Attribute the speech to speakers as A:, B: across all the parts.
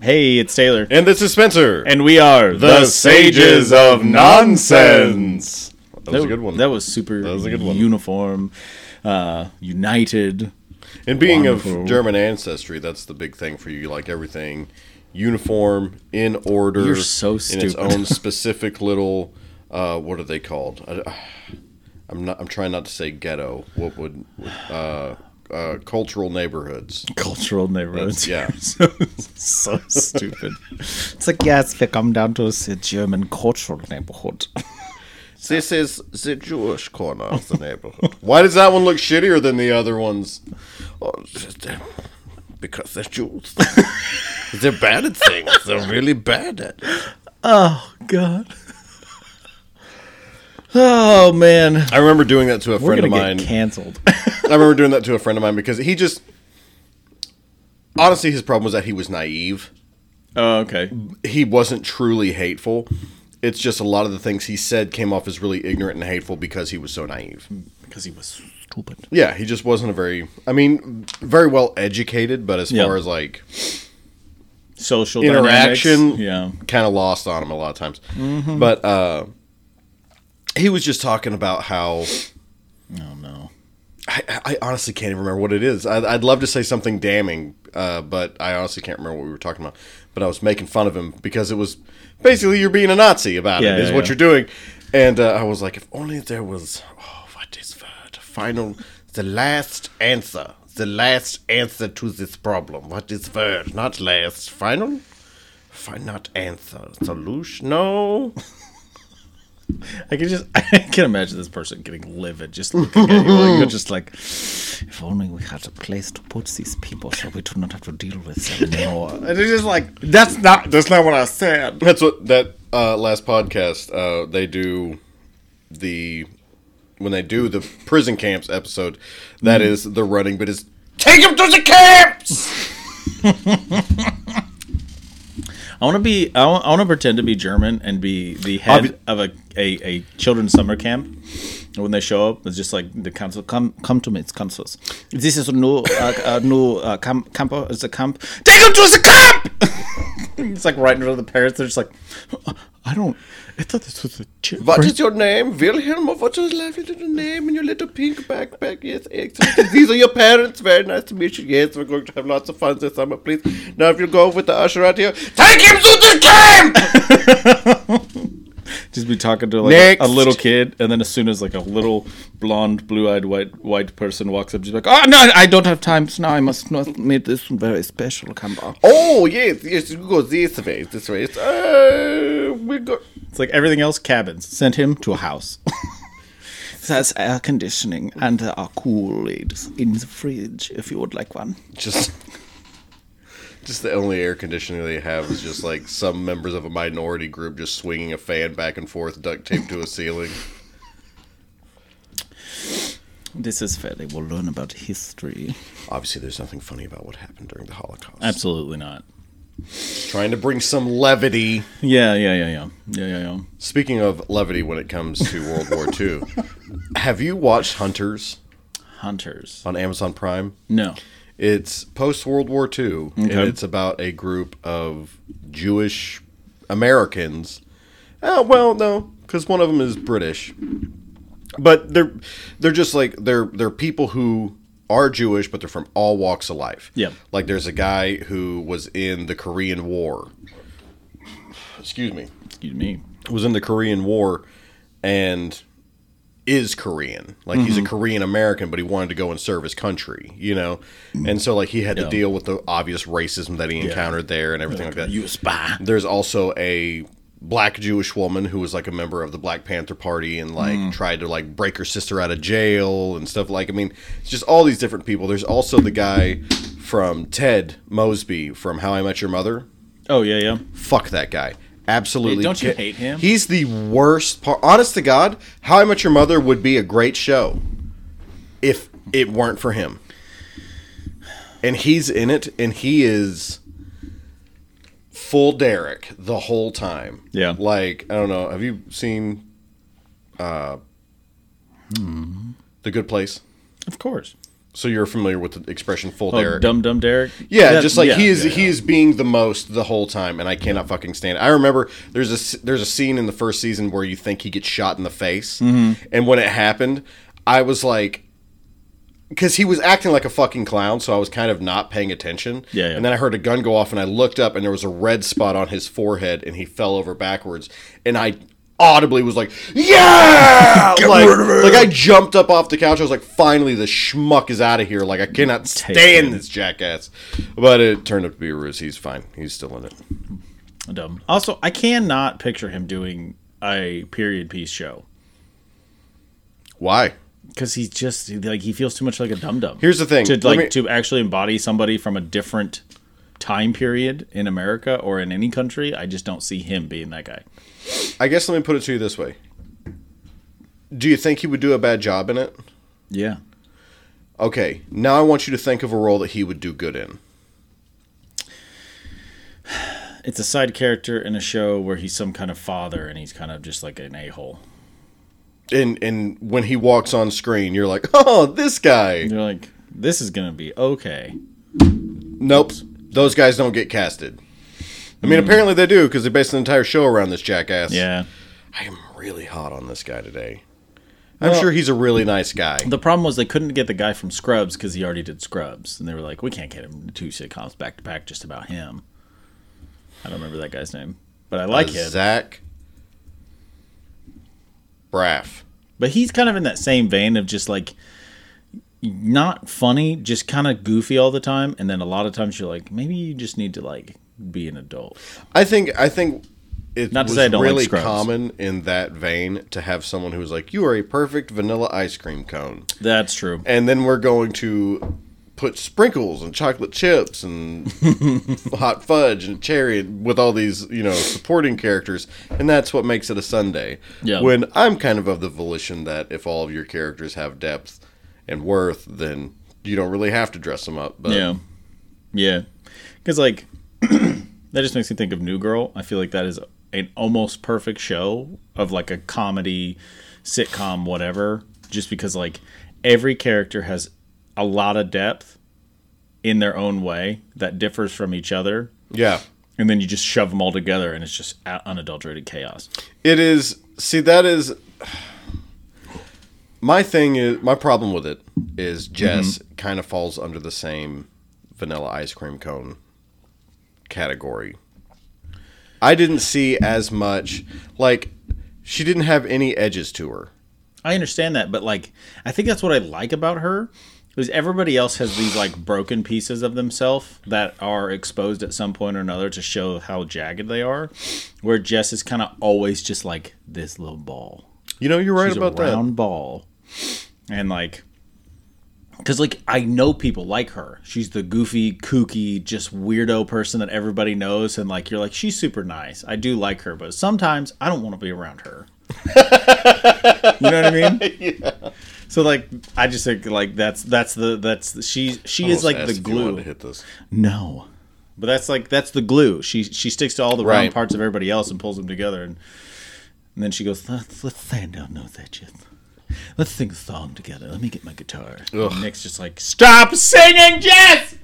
A: Hey, it's Taylor.
B: And this is Spencer.
A: And we are
B: That was a good one.
A: That was super
B: That was a good one.
A: uniform, uh, united.
B: And being
A: Wonderful.
B: of German ancestry, that's the big thing for you. You like everything uniform, in order.
A: You're so
B: In its
A: stupid.
B: own specific little, uh, what are they called? I, am not. I'm trying not to say ghetto. What would uh, uh, cultural neighborhoods?
A: Cultural neighborhoods.
B: yeah.
A: so, so stupid. It's like, yes, we come down to the German cultural neighborhood. Oh
B: This is the Jewish corner of the neighborhood. Why does that one look shittier than the other ones?
C: Oh, just, uh, because they're Jews. they're bad at things. They're really bad at it.
A: God. Oh, man.
B: I remember doing that to a
A: We're
B: friend of
A: going to
B: mine.
A: get canceled.
B: I remember doing that to a friend of mine because he just honestly his problem was that he was naive.
A: oh, okay.
B: He wasn't truly hateful. It's just a lot of the things he said came off as really ignorant and hateful because he was so naive.
A: Because he was stupid.
B: Yeah, he just wasn't a very I mean, very well educated, but as
A: Yeah.
B: far as like
A: Social
B: interaction
A: dynamics. Yeah.
B: kind of lost on him a lot of times.
A: Mm-hmm.
B: But uh he was just talking about how
A: Oh, no.
B: I, I honestly can't even remember what it is. I, I'd love to say something damning, uh, but I honestly can't remember what we were talking about. But I was making fun of him because it was basically you're being a Nazi about
A: Yeah,
B: it, is
A: yeah,
B: what
A: yeah.
B: you're doing. And uh, I was like, if only there was, oh, what is that? Final, the last answer. The last answer to this problem. What is that? Not last. Final? Fine, not answer. Solution? No.
A: I can just I can imagine this person getting livid just looking at you. Like, you're just like, if only we had a place to put these people, so we do not have to deal with them anymore. And it's just like that's not that's not what I said.
B: That's what that uh, last podcast uh, they do the when they do the prison camps episode.
C: Mm.
B: That is the running, but it's
C: Take them to the camps!
A: I want to be I want, I want to pretend to be German and be the head
B: Obvi-
A: of a, a a children's summer camp. And when they show up, it's just like the council come come to me. It's councils. This is a new uh, uh, new uh, camp camper. It's a camp. Take him to the camp. it's like right in front of the parents. They're just like, I don't. I thought this was a. chi-
C: What is your name? Wilhelm? Or what is your little name in your little pink backpack? Yes, exactly. These are your parents. Very nice to meet you. Yes, we're going to have lots of fun this summer, please. Now, if you go with the usher out here, take him to the camp!
A: just be talking to like
C: Next.
A: a little kid, and then as soon as like a little blonde, blue-eyed white white person walks up, she's like, "Oh no, I don't have time. So now I must not meet this very special camera."
C: Oh, yes, yes, you go this way, this way. It's, Uh, we go.
A: It's like everything else cabins. Send him to a house. There's air conditioning, and there are Kool Aids in the fridge if you would like one.
B: just just the only air conditioning they have is just like some members of a minority group just swinging a fan back and forth, duct taped to a ceiling.
A: This is fair. They will learn about history.
B: Obviously, there's nothing funny about what happened during the Holocaust.
A: Absolutely not.
B: Trying to bring some levity.
A: Yeah, yeah, yeah, yeah, yeah, yeah, yeah.
B: Speaking of levity, when it comes to World War II, have you watched Hunters
A: Hunters.
B: on Amazon Prime?
A: No.
B: It's post World War II, and
A: Okay.
B: it's about a group of Jewish Americans. Oh well, no, because one of them is British, but they're they're just like they're they're people who are Jewish, but they're from all walks of life.
A: Yeah.
B: like there's a guy who was in the Korean War. Excuse me
A: Excuse me.
B: was in the Korean War and is Korean. Like he's a Korean American, but he wanted to go and serve his country, you know? And so like he had
A: Yeah.
B: to deal with the obvious racism that he encountered there and everything like that.
A: You spy.
B: There's also a black Jewish woman who was like a member of the Black Panther Party and like tried to like break her sister out of jail and stuff like I mean, it's just all these different people. There's also the guy from Ted Mosby from How I Met Your Mother
A: Oh yeah, yeah.
B: fuck that guy. Absolutely.
A: Don't you
B: ki-
A: hate him?
B: He's the worst part. Honest to God, How I Met Your Mother would be a great show if it weren't for him. And he's in it, and he is full Derek the whole time.
A: Yeah.
B: Like, I don't know. Have you seen uh,
A: Hmm.
B: The Good Place?
A: Of course.
B: So you're familiar with the expression "full
A: Oh,
B: Derek."
A: Dumb Dumb Derek.
B: Yeah,
A: That-
B: just like
A: yeah,
B: he is
A: yeah,
B: he is being the most the whole time, and I cannot fucking stand it. I remember there's a s- there's a scene in the first season where you think he gets shot in the face,
A: Mm-hmm.
B: and when it happened, I was like. Because he was acting like a fucking clown, so I was kind of not paying attention.
A: Yeah, yeah.
B: And then I heard a gun go off, and I looked up, and there was a red spot on his forehead, and he fell over backwards. And I audibly was like, "Yeah!" like, like I jumped up off the couch. I was like, "Finally, the schmuck is out of here!" Like I cannot stand
A: it.
B: this jackass. But it turned out to be a ruse. He's fine. He's still in it.
A: dumb. Also, I cannot picture him doing a period piece show
B: Why?
A: because he's just like he feels too much like a dum dum.
B: Here's the thing.
A: to
B: Let
A: like
B: me-
A: to actually embody somebody from a different time period in America or in any country. I just don't see him being that guy.
B: I guess let me put it to you this way. Do you think he would do a bad job in it?
A: Yeah,
B: Okay. Now I want you to think of a role that he would do good in.
A: it's a side character in a show where he's some kind of father and he's kind of just like an a hole.
B: And and when he walks on screen, you're like, oh, this guy.
A: You're like, this is gonna be okay.
B: Nope. Those guys don't get casted. I mean, apparently they do because they based an entire show around this jackass.
A: Hmm. Yeah.
B: I am really hot on this guy today. I'm sure he's a really nice guy.
A: The problem was they couldn't get the guy from Scrubs because he already did Scrubs, and they were like, "We can't get him two sitcoms back to back just about him." I don't remember that guy's name, but I
B: Uh,
A: like him.
B: Zach Braff.
A: But he's kind of in that same vein of just like not funny, just kind of goofy all the time, and then a lot of times you're like, maybe you just need to like be an adult.
B: I think I think it
A: Not to
B: was
A: say I don't like
B: really
A: Scrubs.
B: common in that vein to have someone who's like, "You are a perfect vanilla ice cream cone,"
A: That's true.
B: and then we're going to put sprinkles and chocolate chips and hot fudge and cherry with all these you know supporting characters, and that's what makes it a Sunday.
A: Yeah.
B: When I'm kind of of the volition that if all of your characters have depth and worth, then you don't really have to dress them up. But
A: Yeah, yeah, because like that just makes me think of New Girl. I feel like that is an almost perfect show of like a comedy sitcom, whatever. Just because like every character has a lot of depth in their own way that differs from each other,
B: yeah.
A: and then you just shove them all together, and it's just a- unadulterated chaos.
B: It is. See, that is. My thing is my problem with it is Jess
A: Mm-hmm.
B: kind of falls under the same vanilla ice cream cone category. I didn't see as much like she didn't have any edges to her.
A: I understand that, but like I think that's what I like about her is everybody else has these like broken pieces of themselves that are exposed at some point or another to show how jagged they are. Where Jess is kind of always just like this little ball.
B: You know, you're right
A: She's
B: about
A: a
B: that.
A: round ball, and like because like I know people like her. She's the goofy, kooky, just weirdo person that everybody knows, and like you're like she's super nice. I do like her, but sometimes I don't want to be around her. you know what I mean? So like I just think like that's that's the that's the, she she is
B: Almost
A: like
B: asked
A: the
B: if you wanted
A: glue.
B: to hit this.
A: No. But that's like that's the glue. She she sticks to all the round
B: Right.
A: parts of everybody else and pulls them together, and, and then she goes, "Let's let's stand down, no edges. Let's sing a song together. Let me get my guitar."
B: Ugh.
A: And Nick's just like, "Stop singing, Jess."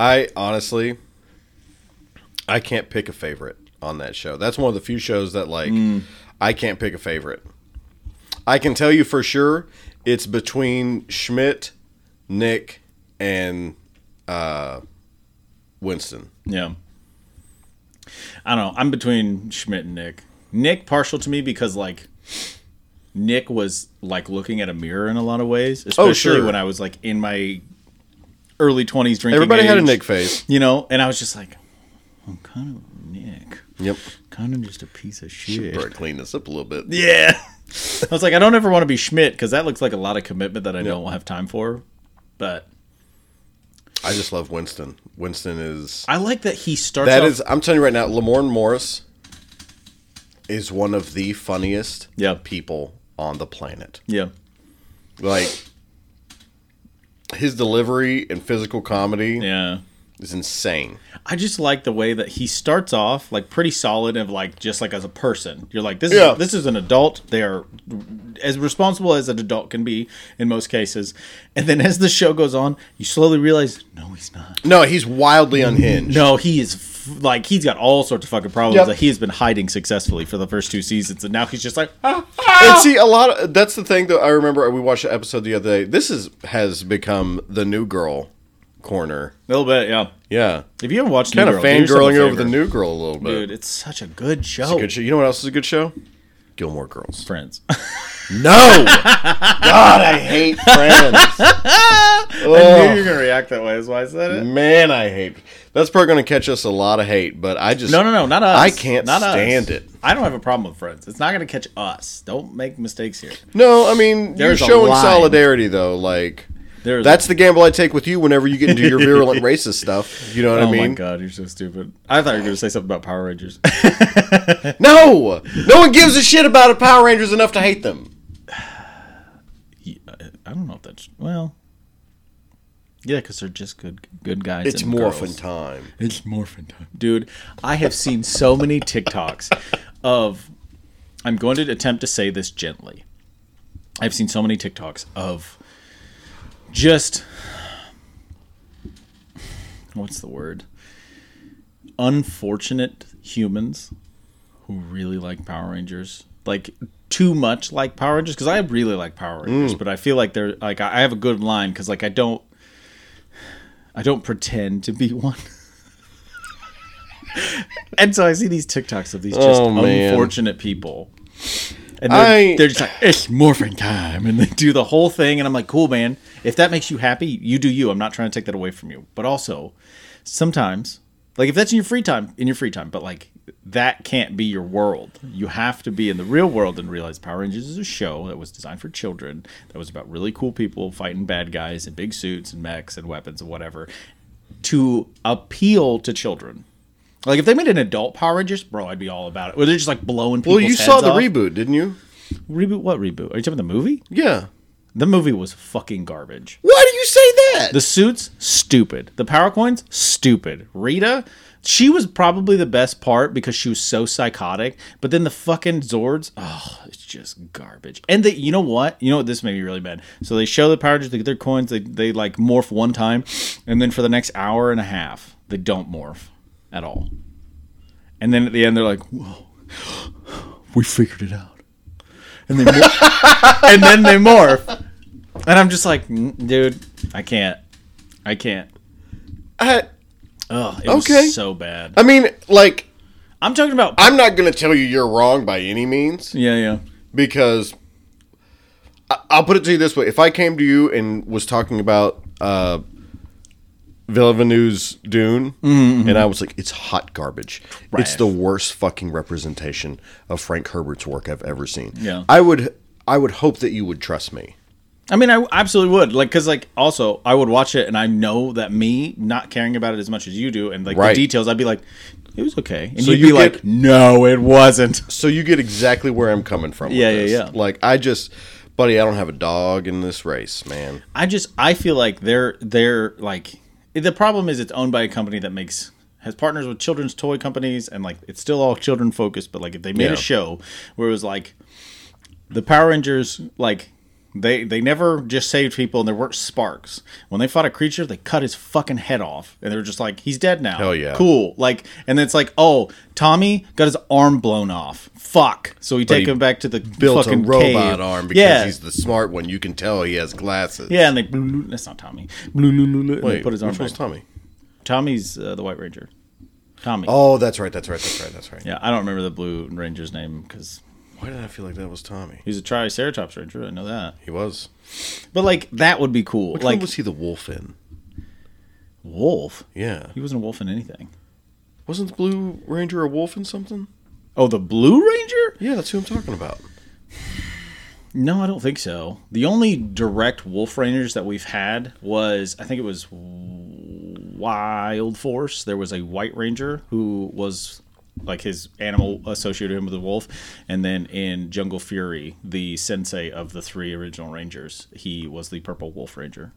B: I honestly, I can't pick a favorite on that show. That's one of the few shows that like I can't pick a favorite. I can tell you for sure it's between Schmidt, Nick, and uh, Winston.
A: Yeah. I don't know. I'm between Schmidt and Nick. Nick partial to me because like Nick was like looking at a mirror in a lot of ways, especially
B: Oh, sure.
A: when I was like in my early 20s drinking.
B: Everybody had a
A: age.
B: Nick face.
A: you know and i was just like i'm kind of nick
B: Yep.
A: kind of just a piece of shit
B: Better clean this up a little bit.
A: yeah i was like i don't ever want to be schmidt because that looks like a lot of commitment that i don't have time for but
B: I just love Winston. Winston is
A: i like that he starts
B: that
A: off-
B: is I'm telling you right now, Lamorne Morris is one of the funniest
A: Yeah.
B: people on the planet.
A: yeah
B: like his delivery and physical comedy
A: yeah
B: It's insane.
A: I just like the way that he starts off like pretty solid of like just like as a person. You're like this
B: Yeah.
A: is this is an adult. They are as responsible as an adult can be in most cases. And then as the show goes on, you slowly realize no, he's not.
B: No, he's wildly unhinged.
A: No, he is f- like he's got all sorts of fucking problems
B: Yep.
A: that he has been hiding successfully for the first two seasons, and now he's just like ah,
B: And see, a lot of that's the thing that I remember. We watched an episode the other day. This is has become the new girl corner.
A: a little bit, yeah.
B: Yeah,
A: If you ever watched
B: kind of
A: New Girl, do yourself a
B: fangirling over the
A: favor.
B: new girl a little bit.
A: dude, it's such a good show.
B: It's a good show. You know what else is a good show? Gilmore Girls.
A: Friends.
B: No, God, I hate Friends.
A: I knew you were gonna react that way. Is why I said it.
B: Man, I hate. That's probably going to catch us a lot of hate, but I just
A: No, no, no, not us.
B: I can't
A: not us.
B: stand it.
A: I don't have a problem with friends. It's not going to catch us. Don't make mistakes here.
B: No, I mean
A: There's a
B: you're showing
A: line.
B: solidarity though. Like
A: There's
B: that's the gamble I take with you whenever you get into your virulent racist stuff. You know what
A: Oh
B: I
A: my
B: mean?
A: god, you're so stupid. I thought you were going to say something about Power Rangers.
B: No, no one gives a shit about a Power Rangers enough to hate them.
A: Yeah, I don't know if that's well. Yeah, because they're just good, good guys.
B: It's
A: and
B: morphin
A: girls.
B: time.
A: It's morphin time. Dude, I have seen so many TikToks of I'm going to attempt to say this gently. I've seen so many TikToks of just what's the word? Unfortunate humans who really like Power Rangers. Like too much like Power Rangers because I really like Power Rangers,
B: Mm.
A: but I feel like they're like I I have a good line because like I don't I don't pretend to be one. and so I see these TikToks of these just
B: Oh, man.
A: unfortunate people. And they're,
B: I-
A: they're just like, it's morphin time. And they do the whole thing. And I'm like, cool, man. If that makes you happy, you do you. I'm not trying to take that away from you. But also, sometimes, like if that's in your free time, in your free time, but like that can't be your world. You have to be in the real world and realize Power Rangers is a show that was designed for children, that was about really cool people fighting bad guys in big suits and mechs and weapons and whatever to appeal to children. Like if they made an adult Power Rangers, bro, I'd be all about it. Where they're just like blowing people.
B: Well, you saw the reboot, didn't you?
A: Reboot? What reboot? Are you talking about the movie?
B: Yeah.
A: The movie was fucking garbage.
B: Why do you say that?
A: The suits, stupid. The power coins, stupid. Rita, she was probably the best part because she was so psychotic. But then the fucking Zords, oh, it's just garbage. And they, you know what? You know what? This made me really mad. So they show the Power Rangers, they get their coins, they they like morph one time, and then for the next hour and a half, they don't morph at all. And then at the end, they're like, "Whoa, we figured it out." And they mor- and then they morph, and I'm just like, "Mm, "Dude, I can't, I can't."
B: I,
A: Oh, it
B: Okay.
A: was so bad.
B: I mean, like,
A: I'm talking about.
B: I'm not going to tell you you're wrong by any means
A: yeah, yeah.
B: because I, I'll put it to you this way: if I came to you and was talking about uh, Villeneuve's Dune,
A: Mm-hmm,
B: and I was like, "It's hot garbage. It's
A: Trash.
B: the worst fucking representation of Frank Herbert's work I've ever seen,"
A: Yeah.
B: I would, I would hope that you would trust me.
A: I mean, I absolutely would. Like, because, like, also, I would watch it and I know that me not caring about it as much as you do and, like,
B: Right.
A: the details, I'd be like, it was okay. And
B: So
A: you'd
B: you
A: be
B: get-
A: like, no, it wasn't.
B: So you get exactly where I'm coming from.
A: Yeah, yeah,
B: with this.
A: yeah.
B: Like I just, buddy, I don't have a dog in this race, man.
A: I just I feel like they're they're like the problem is it's owned by a company that makes has partners with children's toy companies and like it's still all children focused, but like if they made
B: Yeah.
A: a show where it was like the Power Rangers like they they never just saved people and there weren't sparks. When they fought a creature, they cut his fucking head off and they're just like he's dead now.
B: Hell yeah.
A: Cool. Like and it's like, "Oh, Tommy got his arm blown off. Fuck." So we take
B: he
A: him back to the
B: Built a
A: fucking
B: robot
A: cave.
B: arm because
A: Yeah.
B: he's the smart one. You can tell he has glasses.
A: Yeah, and they blue, blue, that's not Tommy. Blue, blue, blue, blue, and they
B: Wait,
A: put his arm
B: which one's
A: back.
B: Tommy?
A: Tommy's uh, the White Ranger. Tommy.
B: Oh, that's right. That's right. That's right. That's right.
A: Yeah, I don't remember the Blue Ranger's name because
B: Why did I feel like that was Tommy?
A: he's a Triceratops Ranger. I know that,
B: He was.
A: but like that would be cool.
B: Which
A: like
B: one was he the wolf in?
A: wolf.
B: Yeah.
A: He wasn't a wolf in anything.
B: Wasn't the Blue Ranger a wolf in something?
A: Oh, the Blue Ranger?
B: Yeah, that's who I'm talking about.
A: No, I don't think so. The only direct Wolf Rangers that we've had was I think it was Wild Force. There was a White Ranger who was like his animal associated him with a wolf, and then in Jungle Fury, the sensei of the three original Rangers, he was the Purple Wolf Ranger.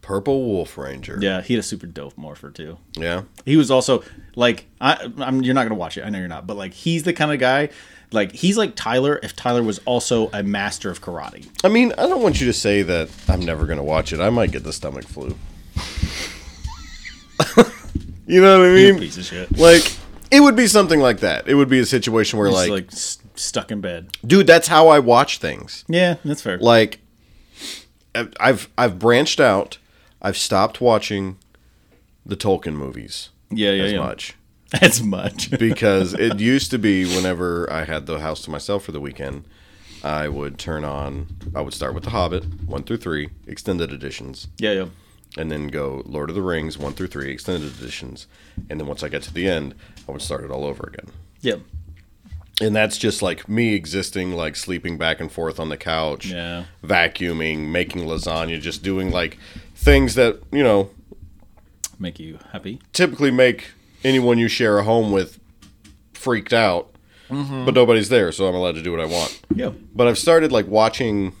B: Purple Wolf Ranger.
A: Yeah, he had a super dope morpher too.
B: Yeah.
A: He was also like, I, I'm, you're not gonna watch it. I know you're not, but like, he's the kind of guy, like he's like Tyler. If Tyler was also a master of karate,
B: I mean, I don't want you to say that I'm never going to watch it. I might get the stomach flu. you know what I
A: You
B: mean?
A: piece of shit.
B: Like, it would be something like that. It would be a situation where,
A: He's like,
B: like,
A: s- stuck in bed.
B: dude, that's how I watch things.
A: Yeah, that's fair.
B: Like, I've- I've I've branched out. I've stopped watching the Tolkien movies
A: yeah, yeah,
B: as
A: yeah.
B: much.
A: That's much.
B: because it used to be whenever I had the house to myself for the weekend, I would turn on, I would start with The Hobbit, one through three, extended editions,
A: yeah, yeah.
B: and then go Lord of the Rings, one through three, extended editions. And then once I get to the end, I would start it all over again.
A: Yeah.
B: And that's just like me existing, like sleeping back and forth on the couch,
A: Yeah.
B: vacuuming, making lasagna, just doing like things that, you know,
A: Make you happy.
B: typically make anyone you share a home with freaked out, but nobody's there, so I'm allowed to do what I want.
A: Yeah.
B: But I've started like watching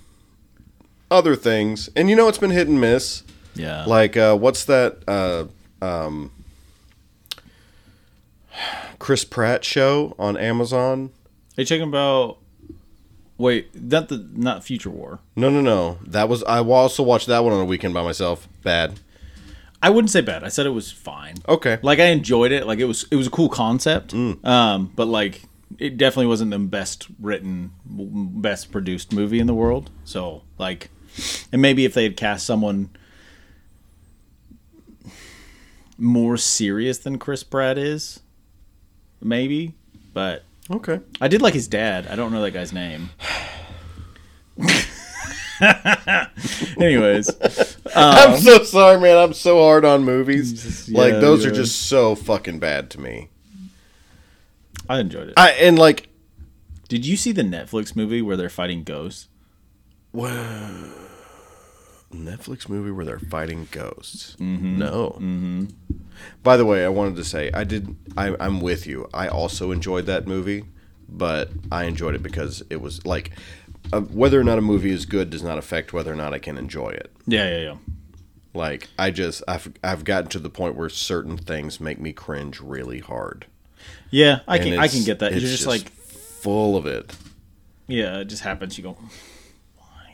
B: other things, and you know it's been hit and miss.
A: Yeah.
B: Like uh, what's that? Uh, um, Chris Pratt show on Amazon?
A: Are you talking about? Wait, that the not Future War.
B: No, no, no. That was I also watched that one on a weekend by myself. Bad.
A: I wouldn't say bad. I said it was fine.
B: Okay.
A: Like I enjoyed it. Like it was it was a cool concept. Um, but like it definitely wasn't the best written, m- best produced movie in the world. So like, and maybe if they had cast someone more serious than Chris Pratt is, maybe. But
B: Okay.
A: I did like his dad. I don't know that guy's name. Anyways,
B: I'm so sorry, man. I'm so hard on movies.
A: Um, Jesus,
B: Like
A: yeah,
B: those
A: you
B: are
A: are.
B: just so fucking bad to me.
A: I enjoyed it.
B: I and like
A: Did you see the Netflix movie where they're fighting ghosts?
B: Netflix movie where they're fighting ghosts. No. Mm-hmm. By the way, I wanted to say I did. I, I'm with you. I also enjoyed that movie, but I enjoyed it because it was like uh, whether or not a movie is good does not affect whether or not I can enjoy it.
A: Yeah, yeah, yeah.
B: Like I just I've I've gotten to the point where certain things make me cringe really hard.
A: Yeah, I
B: And
A: can I can
B: it's-
A: get that. You're
B: it's
A: just, like,
B: full of it.
A: yeah, it just happens. You go, why?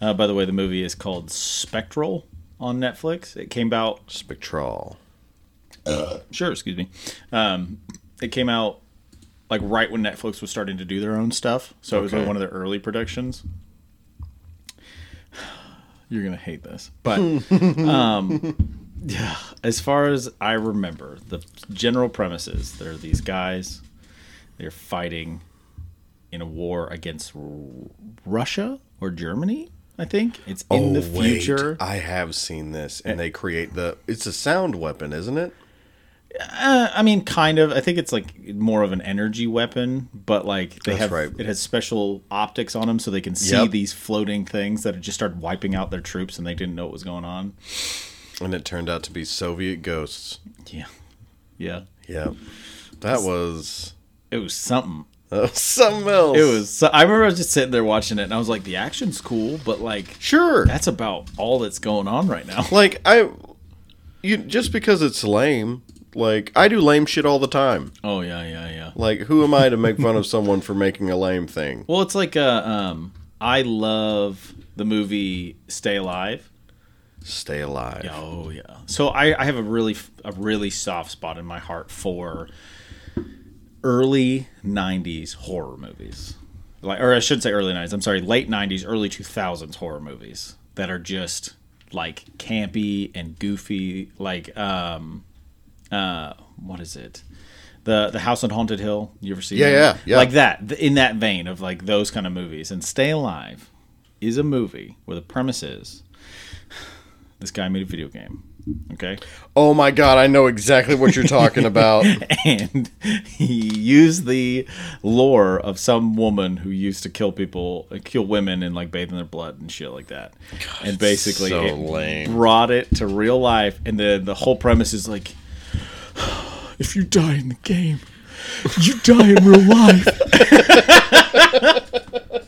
A: Uh, by the way, the movie is called Spectral on Netflix. It came out
B: Spectral.
A: sure, excuse me. Um, it came out like right when Netflix was starting to do their own stuff, so it was like
B: Okay.
A: one of their early productions. You're gonna hate this, but um, yeah, as far as I remember, the general premises there are these guys, they're fighting in a war against R- Russia or Germany. I think it's in the
B: Oh, wait.
A: future.
B: I have seen this, and they create the. It's a sound weapon, isn't it?
A: Uh, I mean, kind of. I think it's like more of an energy weapon, but like they
B: That's
A: have
B: right.
A: it has special optics on them, so they can see
B: Yep.
A: these floating things that had just started wiping out their troops, and they didn't know what was going on.
B: And it turned out to be Soviet ghosts.
A: Yeah, yeah.
B: Yeah, that was
A: It was something.
B: that was something else.
A: It was. So, I remember I was just sitting there watching it, and I was like, the action's cool, but like
B: sure.
A: that's about all that's going on right now.
B: Like I, you just because it's lame. Like I do lame shit all the time.
A: Oh yeah, yeah, yeah.
B: Like who am I to make fun of someone for making a lame thing?
A: Well, it's like uh, um, I love the movie Stay Alive.
B: Stay alive.
A: Yeah, Oh yeah. So I, I have a really a really soft spot in my heart for early '90s horror movies, like or I should say early '90s. I'm sorry, late '90s, early 2000s horror movies that are just like campy and goofy. Like um, uh, what is it? The, the House on Haunted Hill. You ever see?
B: Yeah,
A: that?
B: yeah, yeah.
A: Like that, th- in that vein of like those kind of movies. And Stay Alive is a movie where the premise is this guy made a video game okay
B: Oh my god, I know exactly what you're talking about.
A: and he used the lore of some woman who used to kill people kill women and like bathe in their blood and shit like that and basically
B: so
A: it
B: lame.
A: brought it to real life and then the whole premise is like if you die in the game you die in real life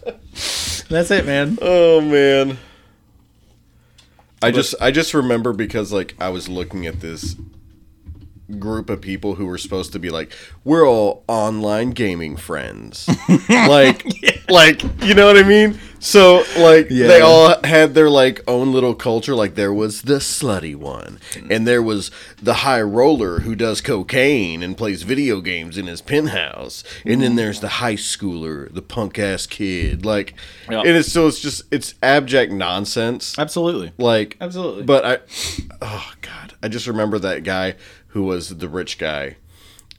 A: that's it man
B: oh man. I just I just remember because like I was looking at this group of people who were supposed to be like we're all online gaming friends. like like you know what I mean? So like they all had their like own little culture like there was the slutty one and there was the high roller who does cocaine and plays video games in his penthouse and then there's the high schooler, the punk ass kid like
A: Yeah.
B: and it's so it's just it's abject nonsense
A: Absolutely.
B: like
A: Absolutely.
B: but i oh god i just remember that guy who was the rich guy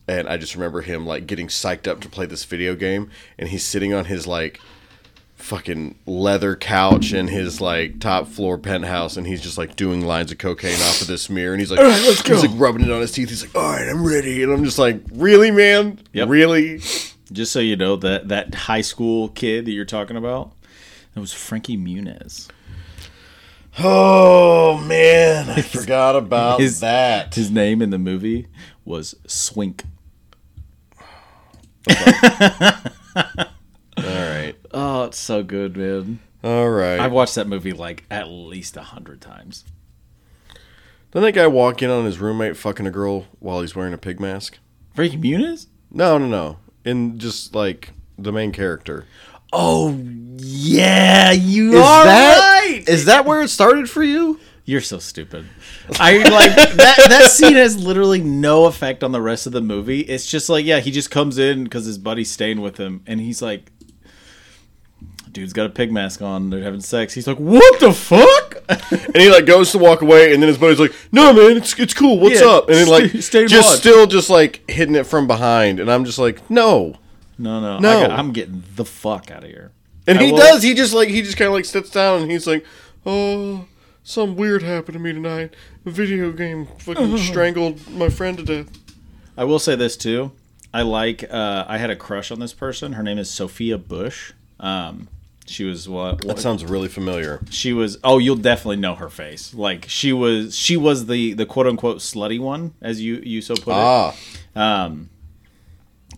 B: and i just remember him like getting psyched up to play this video game and he's sitting on his like fucking leather couch in his like top floor penthouse and he's just like doing lines of cocaine off of this mirror and he's like he's like rubbing it on his teeth he's like all right i'm ready and i'm just like really man
A: Yep.
B: really
A: Just so you know, that that high school kid that you're talking about, that was Frankie Muniz.
B: oh man i forgot about
A: His-
B: that
A: His name in the movie was Swink.
B: all right
A: Oh, it's so good, man.
B: all right
A: I've watched that movie like at least a hundred times.
B: Then that guy walk in on his roommate fucking a girl while he's wearing a pig mask.
A: Frankie Muniz?
B: No, no, no. And just like the main character.
A: Oh yeah, you
B: Is
A: are
B: that-
A: right.
B: Is that where it started for you?
A: You're so stupid. I like that. That scene has literally no effect on the rest of the movie. It's just like, yeah, he just comes in because his buddy's staying with him, and he's like, "Dude's got a pig mask on. They're having sex." He's like, "What the fuck?"
B: And he like goes to walk away, and then his buddy's like, "No, man, it's it's cool. What's
A: Yeah,
B: up?" And then like
A: stay- stay
B: just
A: mod.
B: still just like hitting it from behind, and I'm just like, "No."
A: No, no,
B: No.
A: I got, I'm getting the fuck out of here.
B: And
A: I
B: he
A: will-
B: does. He just like he just kind of like sits down, and he's like, "Oh, something weird happened to me tonight. A video game fucking strangled my friend to death."
A: I will say this too. I like. Uh, I had a crush on this person. Her name is Sophia Bush. Um, she was what?
B: That sounds really familiar.
A: she was oh you'll definitely know her face like she was she was the the quote unquote slutty one as you you so put
B: Ah,
A: it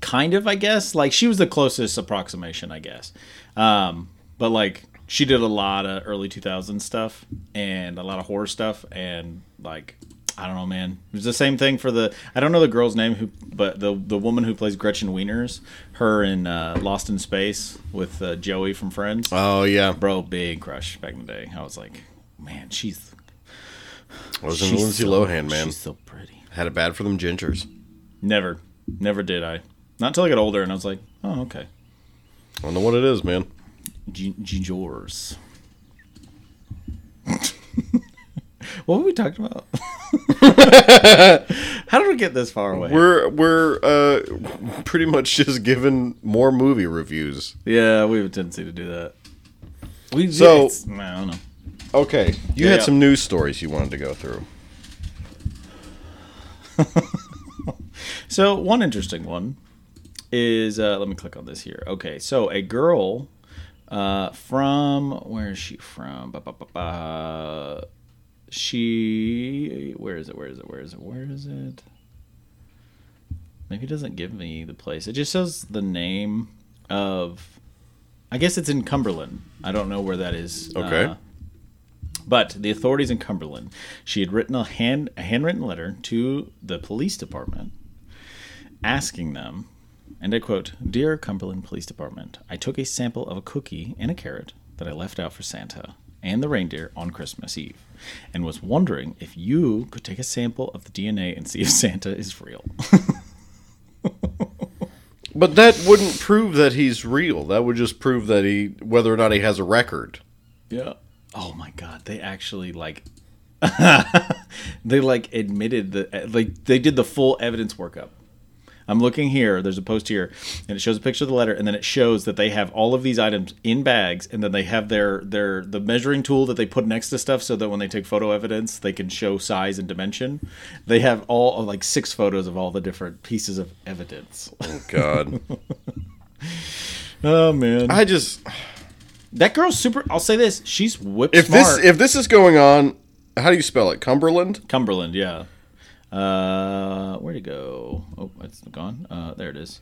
A: kind of i guess like she was the closest approximation i guess um but like she did a lot of early 2000 stuff and a lot of horror stuff and like i don't know man it was the same thing for the i don't know the girl's name who but the the woman who plays gretchen wieners her in uh, lost in space with uh, joey from friends
B: oh yeah.
A: bro big crush back in the day i was like man she's
B: I was in Lindsay
A: so-
B: Lohan, man.
A: She's so pretty.
B: Had it bad for them gingers.
A: Never, never did I. Not until I got older, and I was like, oh, okay,
B: I don't know what it is, man.
A: G- gingers. what were we talking about? How did we get this far away?
B: We're we're uh, pretty much just given more movie reviews.
A: yeah, we have a tendency to do that. We
B: So-
A: it's- no, I don't know.
B: Okay, you
A: Yeah,
B: had
A: yeah.
B: some news stories you wanted to go through.
A: So one interesting one is uh, let me click on this here. Okay, so a girl uh, from where is she from? Ba, ba, ba, ba. She where is it? Where is it? Where is it? Where is it? Maybe it doesn't give me the place. It just says the name of. I guess it's in Cumberland. I don't know where that is.
B: Okay.
A: Uh, but the authorities in Cumberland, she had written a hand a handwritten letter to the police department asking them, and I quote, Dear Cumberland Police Department, I took a sample of a cookie and a carrot that I left out for Santa and the reindeer on Christmas Eve and was wondering if you could take a sample of the DNA and see if Santa is real.
B: But that wouldn't prove that he's real. That would just prove that he whether or not he has a record.
A: Yeah. Oh my god, they actually like they like admitted that like they did the full evidence workup. I'm looking here. There's a post here, and it shows a picture of the letter, and then it shows that they have all of these items in bags, and then they have their their the measuring tool that they put next to stuff, so that when they take photo evidence, they can show size and dimension. They have all like six photos of all the different pieces of evidence.
B: Oh God,
A: oh man,
B: I just
A: that girl's super. I'll say this: she's whip
B: if
A: smart.
B: this if this is going on, how do you spell it? Cumberland.
A: Cumberland, yeah. Uh, where'd it go? Oh, it's gone. Uh, there it is.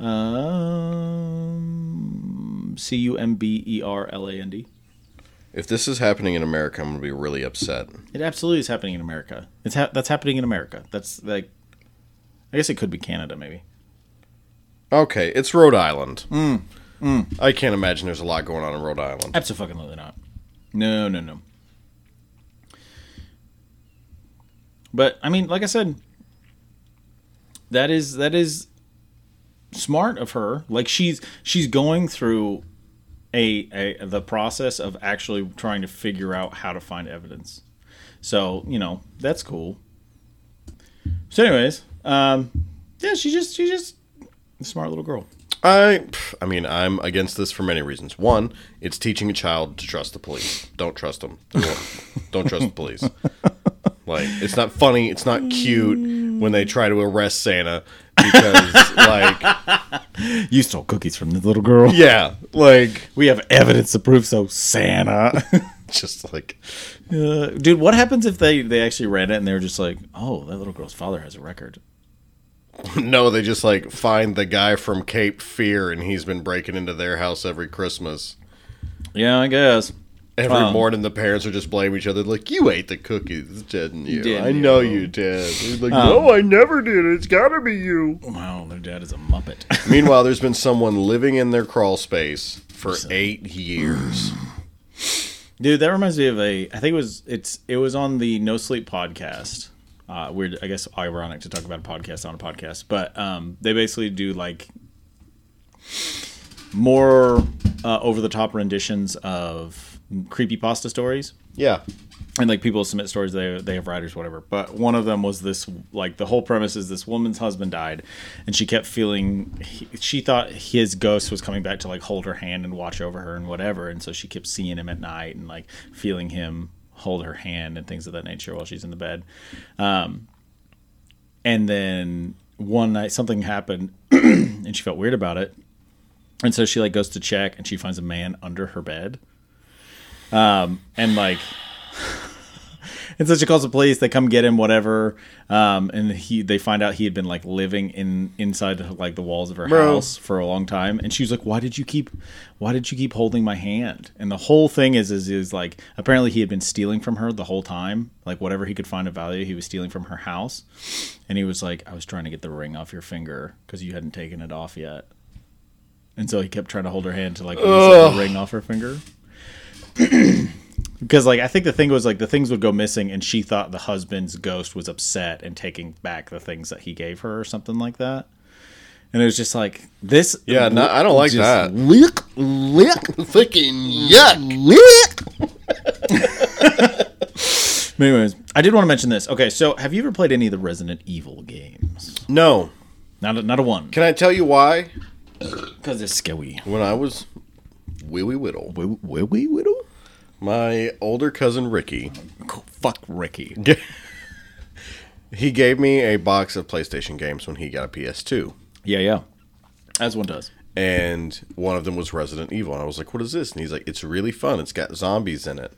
A: Um, C U M B E R L A N D.
B: If this is happening in America, I'm gonna be really upset.
A: It absolutely is happening in America. It's ha- that's happening in America. That's like, I guess it could be Canada, maybe.
B: Okay, it's Rhode Island. I can't imagine there's a lot going on in Rhode Island.
A: Absolutely not. No, no, no. But I mean, like I said, that is that is smart of her. Like she's she's going through a, a the process of actually trying to figure out how to find evidence. So you know that's cool. So, anyways, um, yeah, she just she just a smart little girl.
B: I, pff, I mean, I'm against this for many reasons. One, it's teaching a child to trust the police. Don't trust them. They won't- Don't trust the police. Like, it's not funny. It's not cute when they try to arrest Santa because, like,
A: You stole cookies from the little girl.
B: yeah, like,
A: We have evidence to prove so, Santa.
B: just like,
A: Uh, dude, what happens if they they actually read it and they were just like, "Oh, that little girl's father has a record."
B: no, they just like find the guy from Cape Fear and he's been breaking into their house every Christmas.
A: Yeah, I guess.
B: Every
A: Um,
B: morning, the parents are just blaming each other, like, "You ate the cookies, didn't you?
A: Didn't
B: I know
A: you?" Um,
B: you did." He's like, "No, I never did. It's gotta be you."
A: Wow, their dad is a muppet.
B: Meanwhile, there's been someone living in their crawl space for eight years.
A: dude, that reminds me of a. I think it was it's it was on the No Sleep podcast. Uh, weird, I guess ironic to talk about a podcast on a podcast, but um, they basically do like more uh, over the top renditions of creepy pasta stories.
B: Yeah,
A: and like people submit stories they they have writers whatever but one of them was this like the whole premise is this woman's husband died and she kept feeling he, she thought his ghost was coming back to like hold her hand and watch over her and whatever and so she kept seeing him at night and like feeling him hold her hand and things of that nature while she's in the bed um and then one night something happened and she felt weird about it and so she like goes to check and she finds a man under her bed um and like and so she calls the police. They come get him, whatever. Um, and he, they find out he had been like living in inside like the walls of her
B: Bro.
A: house for a long time. And she was like, "Why did you keep, why did you keep holding my hand?" And the whole thing is, is, is like apparently he had been stealing from her the whole time. Like whatever he could find of value, he was stealing from her house. And he was like, "I was trying to get the ring off your finger because you hadn't taken it off yet." And so he kept trying to hold her hand to like ease the ring off her finger because like I think the thing was like the things would go missing, and she thought the husband's ghost was upset and taking back the things that he gave her or something like that. And it was just like this.
B: yeah. No, I don't like
A: just
B: that.
A: Lick, lick,
B: Fucking yuck.
A: lick. Anyways, I did want to mention this. Okay, so have you ever played any of the Resident Evil games?
B: No.
A: Not a, not a one
B: Can I tell you why?
A: because it's scary.
B: When I was wee wee whittle,
A: Wee wee wee whittle?
B: my older cousin Ricky,
A: Fuck Ricky.
B: he gave me a box of PlayStation games when he got a PS2.
A: Yeah, yeah. As one does.
B: and one of them was Resident Evil. And I was like, "What is this?" And he's like, "It's really fun. It's got zombies in it."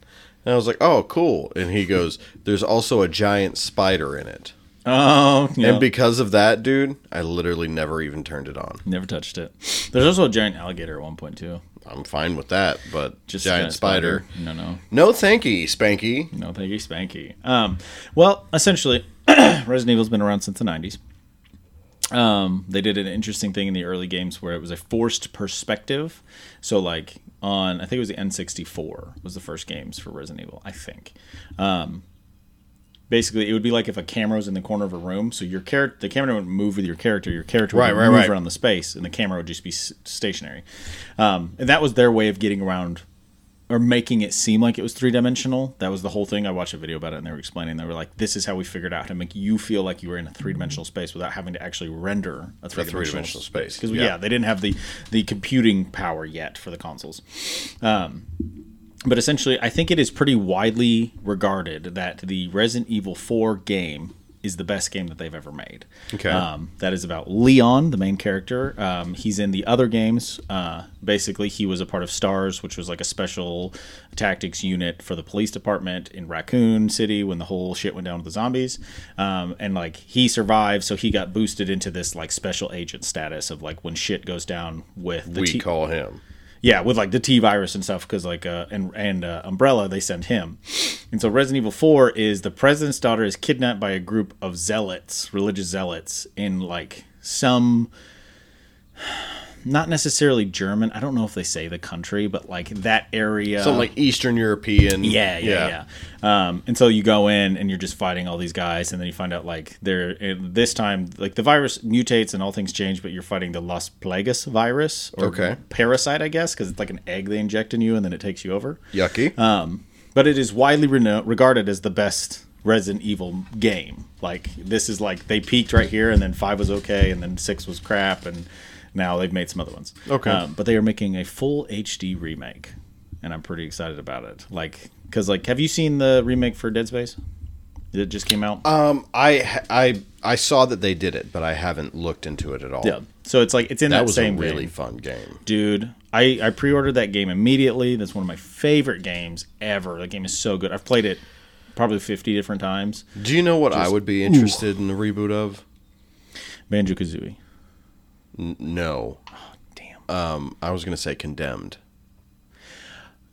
B: And I was like, "Oh, cool." And he goes, "There's also a giant spider in it."
A: Oh, yeah.
B: And because of that, dude, I literally never even turned it on.
A: Never touched it. There's also a giant alligator at one point too.
B: I'm fine with that, but
A: Just
B: just giant, spider.
A: No, no,
B: No, thank you, Spanky.
A: no. Thank you, Spanky. Um, well, essentially, Resident Evil's been around since the '90s. Um, they did an interesting thing in the early games where it was a forced perspective. So, like on, I think it was the N64 was the first games for Resident Evil. I think. Um, basically it would be like if a camera was in the corner of a room so your character the camera would move with your character your character would
B: Right, right,
A: move
B: right.
A: around the space and the camera would just be s- stationary um, and that was their way of getting around or making it seem like it was three-dimensional that was the whole thing i watched a video about it and they were explaining they were like this is how we figured out how to make you feel like you were in a three-dimensional space without having to actually render a three-dimensional,
B: three-dimensional space,
A: because
B: yeah.
A: yeah they didn't have the the computing power yet for the consoles Um, but essentially, I think it is pretty widely regarded that the Resident Evil 4 game is the best game that they've ever made.
B: Okay.
A: Um, that is about Leon, the main character. Um, he's in the other games. Uh, basically, he was a part of STARS, which was like a special tactics unit for the police department in Raccoon City when the whole shit went down with the zombies. Um, and like he survived, so he got boosted into this like special agent status of like when shit goes down with the
B: We
A: T-
B: call him.
A: yeah, with like the T virus and stuff, because like uh, and and uh, Umbrella, they sent him. And so Resident Evil Four is the president's daughter is kidnapped by a group of zealots, religious zealots, in like some not necessarily German. I don't know if they say the country, but like that area.
B: Some like Eastern European.
A: Uh, Yeah, yeah, yeah. Um, and so you go in and you're just fighting all these guys, and then you find out like they're and this time like the virus mutates and all things change, but you're fighting the Las Plagas virus or
B: Okay.
A: parasite, I guess, because it's like an egg they inject in you and then it takes you over.
B: Yucky.
A: Um, but it is widely reno- regarded as the best Resident Evil game. Like this is like they peaked right here, and then five was okay, and then six was crap, and now they've made some other ones.
B: Okay.
A: um, but they are making a full HD remake, and I'm pretty excited about it. Like, cause like, have you seen the remake for Dead Space? It just came out.
B: um, I I I saw that they did it, but I haven't looked into it at all.
A: yeah, so it's like it's in
B: That,
A: that,
B: was a
A: same
B: really
A: game.
B: fun game.
A: dude. I, I pre-ordered that game immediately. That's one of my favorite games ever. That game is so good. I've played it probably 50 different times.
B: Do you know what I would be interested in a reboot of?
A: Banjo Kazooie.
B: N- no.
A: Damn.
B: Um, I was gonna say Condemned.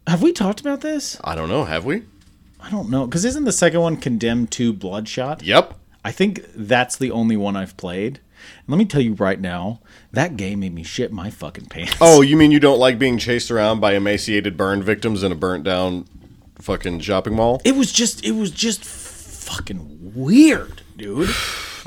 A: Have we talked about this?
B: I don't know. Have we?
A: I don't know. Because isn't the second one Condemned to Bloodshot?
B: Yep.
A: I think that's the only one I've played. And let me tell you right now, that game made me shit my fucking pants.
B: Oh, you mean you don't like being chased around by emaciated burn victims in a burnt down fucking shopping mall?
A: It was just, it was just fucking weird, dude.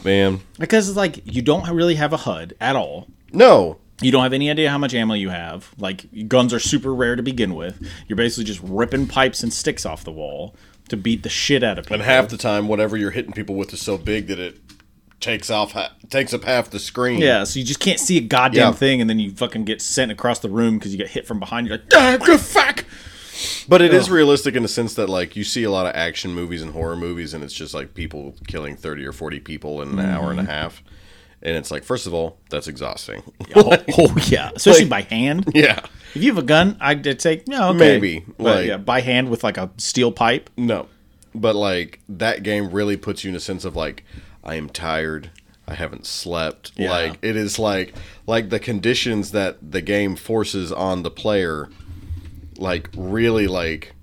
B: Man.
A: Because, it's like, you don't really have a HUD at all.
B: No.
A: You don't have any idea how much ammo you have. Like guns are super rare to begin with. You're basically just ripping pipes and sticks off the wall to beat the shit out of people.
B: And half the time, whatever you're hitting people with is so big that it takes off ha- takes up half the screen.
A: Yeah, so you just can't see a goddamn
B: Yeah.
A: thing, and then you fucking get sent across the room because you get hit from behind. You're like, damn, good fuck.
B: But it is realistic in the sense that like you see a lot of action movies and horror movies, and it's just like people killing thirty or forty people in an hour
A: Mm.
B: and a half. And it's like, first of all, that's exhausting.
A: Oh, oh, yeah, especially by hand.
B: yeah.
A: If you have a gun, I'd take no, okay.
B: Maybe,
A: but
B: like-
A: yeah, by hand with like a steel pipe.
B: No. But like that game really puts you in a sense of like I am tired. I haven't slept.
A: Yeah.
B: Like it is like like the conditions that the game forces on the player like really like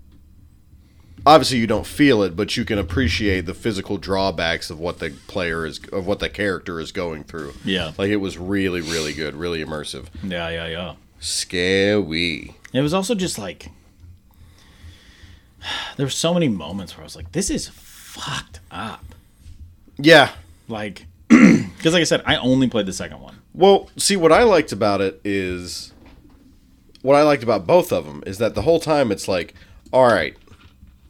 B: obviously you don't feel it but you can appreciate the physical drawbacks of what the player is of what the character is going through.
A: Yeah.
B: Like it was really really good, really immersive.
A: Yeah, yeah, yeah.
B: Scary.
A: It was also just like there were so many moments where I was like, this is fucked up.
B: Yeah.
A: Like, because like I said, I only played the second one.
B: Well, see, what I liked about it is what I liked about both of them is that the whole time it's like, all right,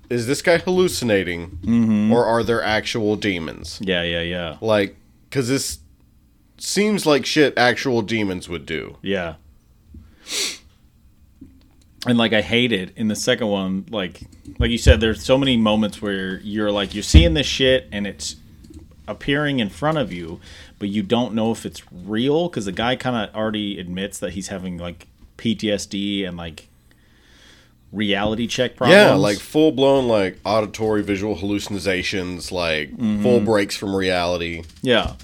B: is this guy hallucinating or are there actual demons?
A: Yeah, yeah, yeah,
B: Like, because this seems like shit actual demons would do.
A: yeah. And like I hate it in the second one, like like you said, there's so many moments where you're like you're seeing this shit and it's appearing in front of you, but you don't know if it's real because the guy kind of already admits that he's having like PTSD and like reality check problems.
B: Yeah, Uh, like full blown like auditory visual hallucinations, like full breaks from reality.
A: Yeah.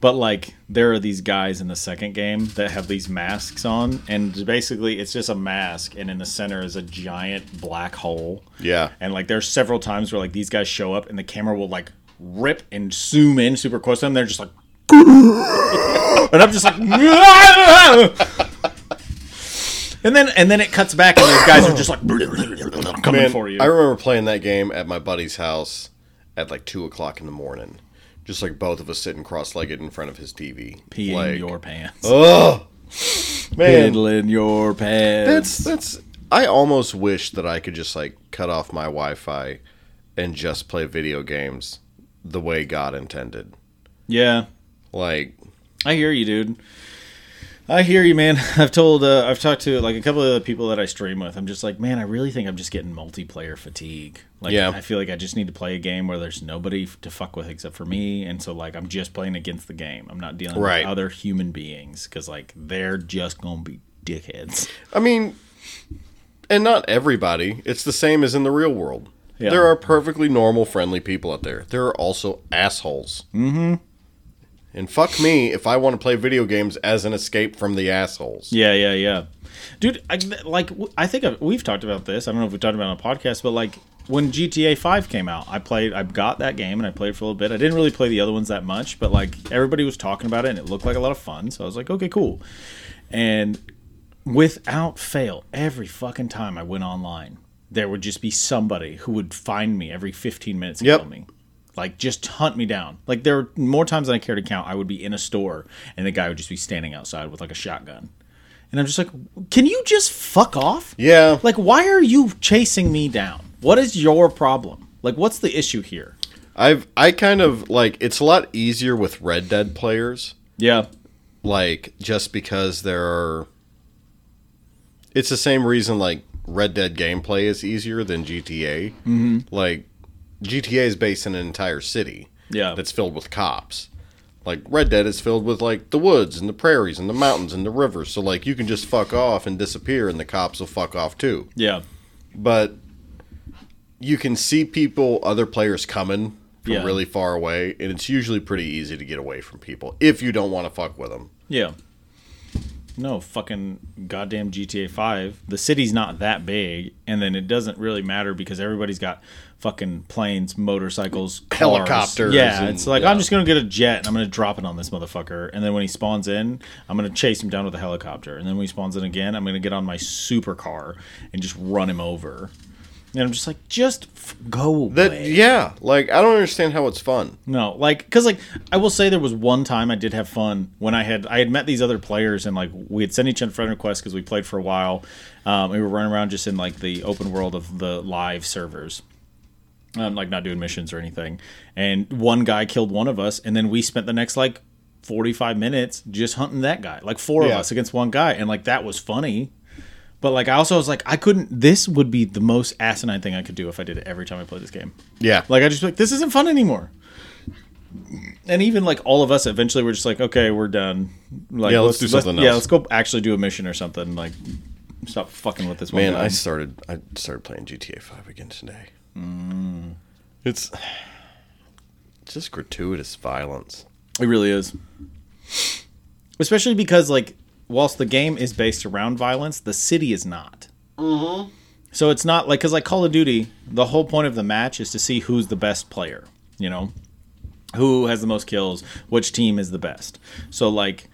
A: But like there are these guys in the second game that have these masks on and basically it's just a mask and in the center is a giant black hole.
B: Yeah.
A: And like there's several times where like these guys show up and the camera will like rip and zoom in super close to them. They're just like and I'm just like And then and then it cuts back and those guys are just like coming
B: Man,
A: for you.
B: I remember playing that game at my buddy's house at like two o'clock in the morning. Just like both of us sitting cross legged in front of his TV.
A: Peeing
B: like, Oh.
A: your pants.
B: Ugh. Man,
A: Piddling your pants.
B: that's that's I almost wish that I could just like cut off my Wi Fi and just play video games the way God intended.
A: yeah.
B: Like
A: I hear you, dude. I hear you, man. I've told, uh, I've talked to like a couple of the people that I stream with. I'm just like, man, I really think I'm just getting multiplayer fatigue. Like,
B: Yeah.
A: I feel like I just need to play a game where there's nobody f- to fuck with except for me, and so like I'm just playing against the game. I'm not dealing
B: Right.
A: with other human beings because like they're just gonna be dickheads.
B: I mean and not everybody. It's the same as in the real world.
A: Yeah.
B: There are perfectly normal, friendly people out there. There are also assholes. Mm-hmm. And fuck me if I want to play video games as an escape from the assholes.
A: Yeah, yeah, yeah. Dude, I, like w- I think I've, we've talked about this. I don't know if we talked about it on a podcast, but like when GTA 5 came out, I played I got that game and I played for a little bit. I didn't really play the other ones that much, but like everybody was talking about it and it looked like a lot of fun, so I was like, "Okay, cool." And without fail, every fucking time I went online, there would just be somebody who would find me every 15 minutes and
B: Yep.
A: kill me. Like just hunt me down. Like there were more times than I care to count. I would be in a store and the guy would just be standing outside with like a shotgun. And I'm just like, can you just fuck off?
B: Yeah.
A: Like, why are you chasing me down? What is your problem? Like, what's the issue here?
B: I've I kind of like it's a lot easier with Red Dead players,
A: Yeah.
B: like just because there are it's the same reason like Red Dead gameplay is easier than GTA. Mm-hmm. Like GTA is based in an entire city.
A: Yeah.
B: That's filled with cops. Like Red Dead is filled with like the woods and the prairies and the mountains and the rivers. So like you can just fuck off and disappear and the cops will fuck off too.
A: Yeah.
B: but you can see people, other players coming from
A: Yeah.
B: really far away, and it's usually pretty easy to get away from people if you don't want to fuck with them.
A: Yeah. No fucking goddamn GTA 5. The city's not that big, and then it doesn't really matter because everybody's got fucking planes, motorcycles, cars.
B: Helicopters
A: Yeah,
B: and-
A: it's like
B: yeah.
A: I'm just gonna get a jet and I'm gonna drop it on this motherfucker, and then when he spawns in, I'm gonna chase him down with a helicopter, and then when he spawns in again, I'm gonna get on my supercar and just run him over. And I'm just like, just f- go away.
B: That yeah, like I don't understand how it's fun.
A: No, like because like I will say there was one time I did have fun when I had I had met these other players and like we had sent each other friend requests because we played for a while. Um, we were running around just in like the open world of the live servers. Um, like not doing missions or anything, and one guy killed one of us, and then we spent the next like forty-five minutes just hunting that guy, like four of
B: Yeah.
A: us against one guy, and like that was funny, but like I also was like I couldn't. This would be the most asinine thing I could do if I did it every time I played this game.
B: Yeah, like
A: Like I just like this isn't fun anymore. And even like all of us eventually were just like, okay, we're done. Like
B: Yeah, let's do something
A: Yeah,
B: else.
A: let's go actually do a mission or something. Like stop fucking with this one.
B: Oh, man,
A: guy.
B: I started I started playing GTA Five again today. It's just gratuitous violence.
A: It really is. Especially because, like, whilst the game is based around violence, the city is not. Mm-hmm. So it's not like, because, like, Call of Duty, the whole point of the match is to see who's the best player, you know? Who has the most kills? Which team is the best? So, like,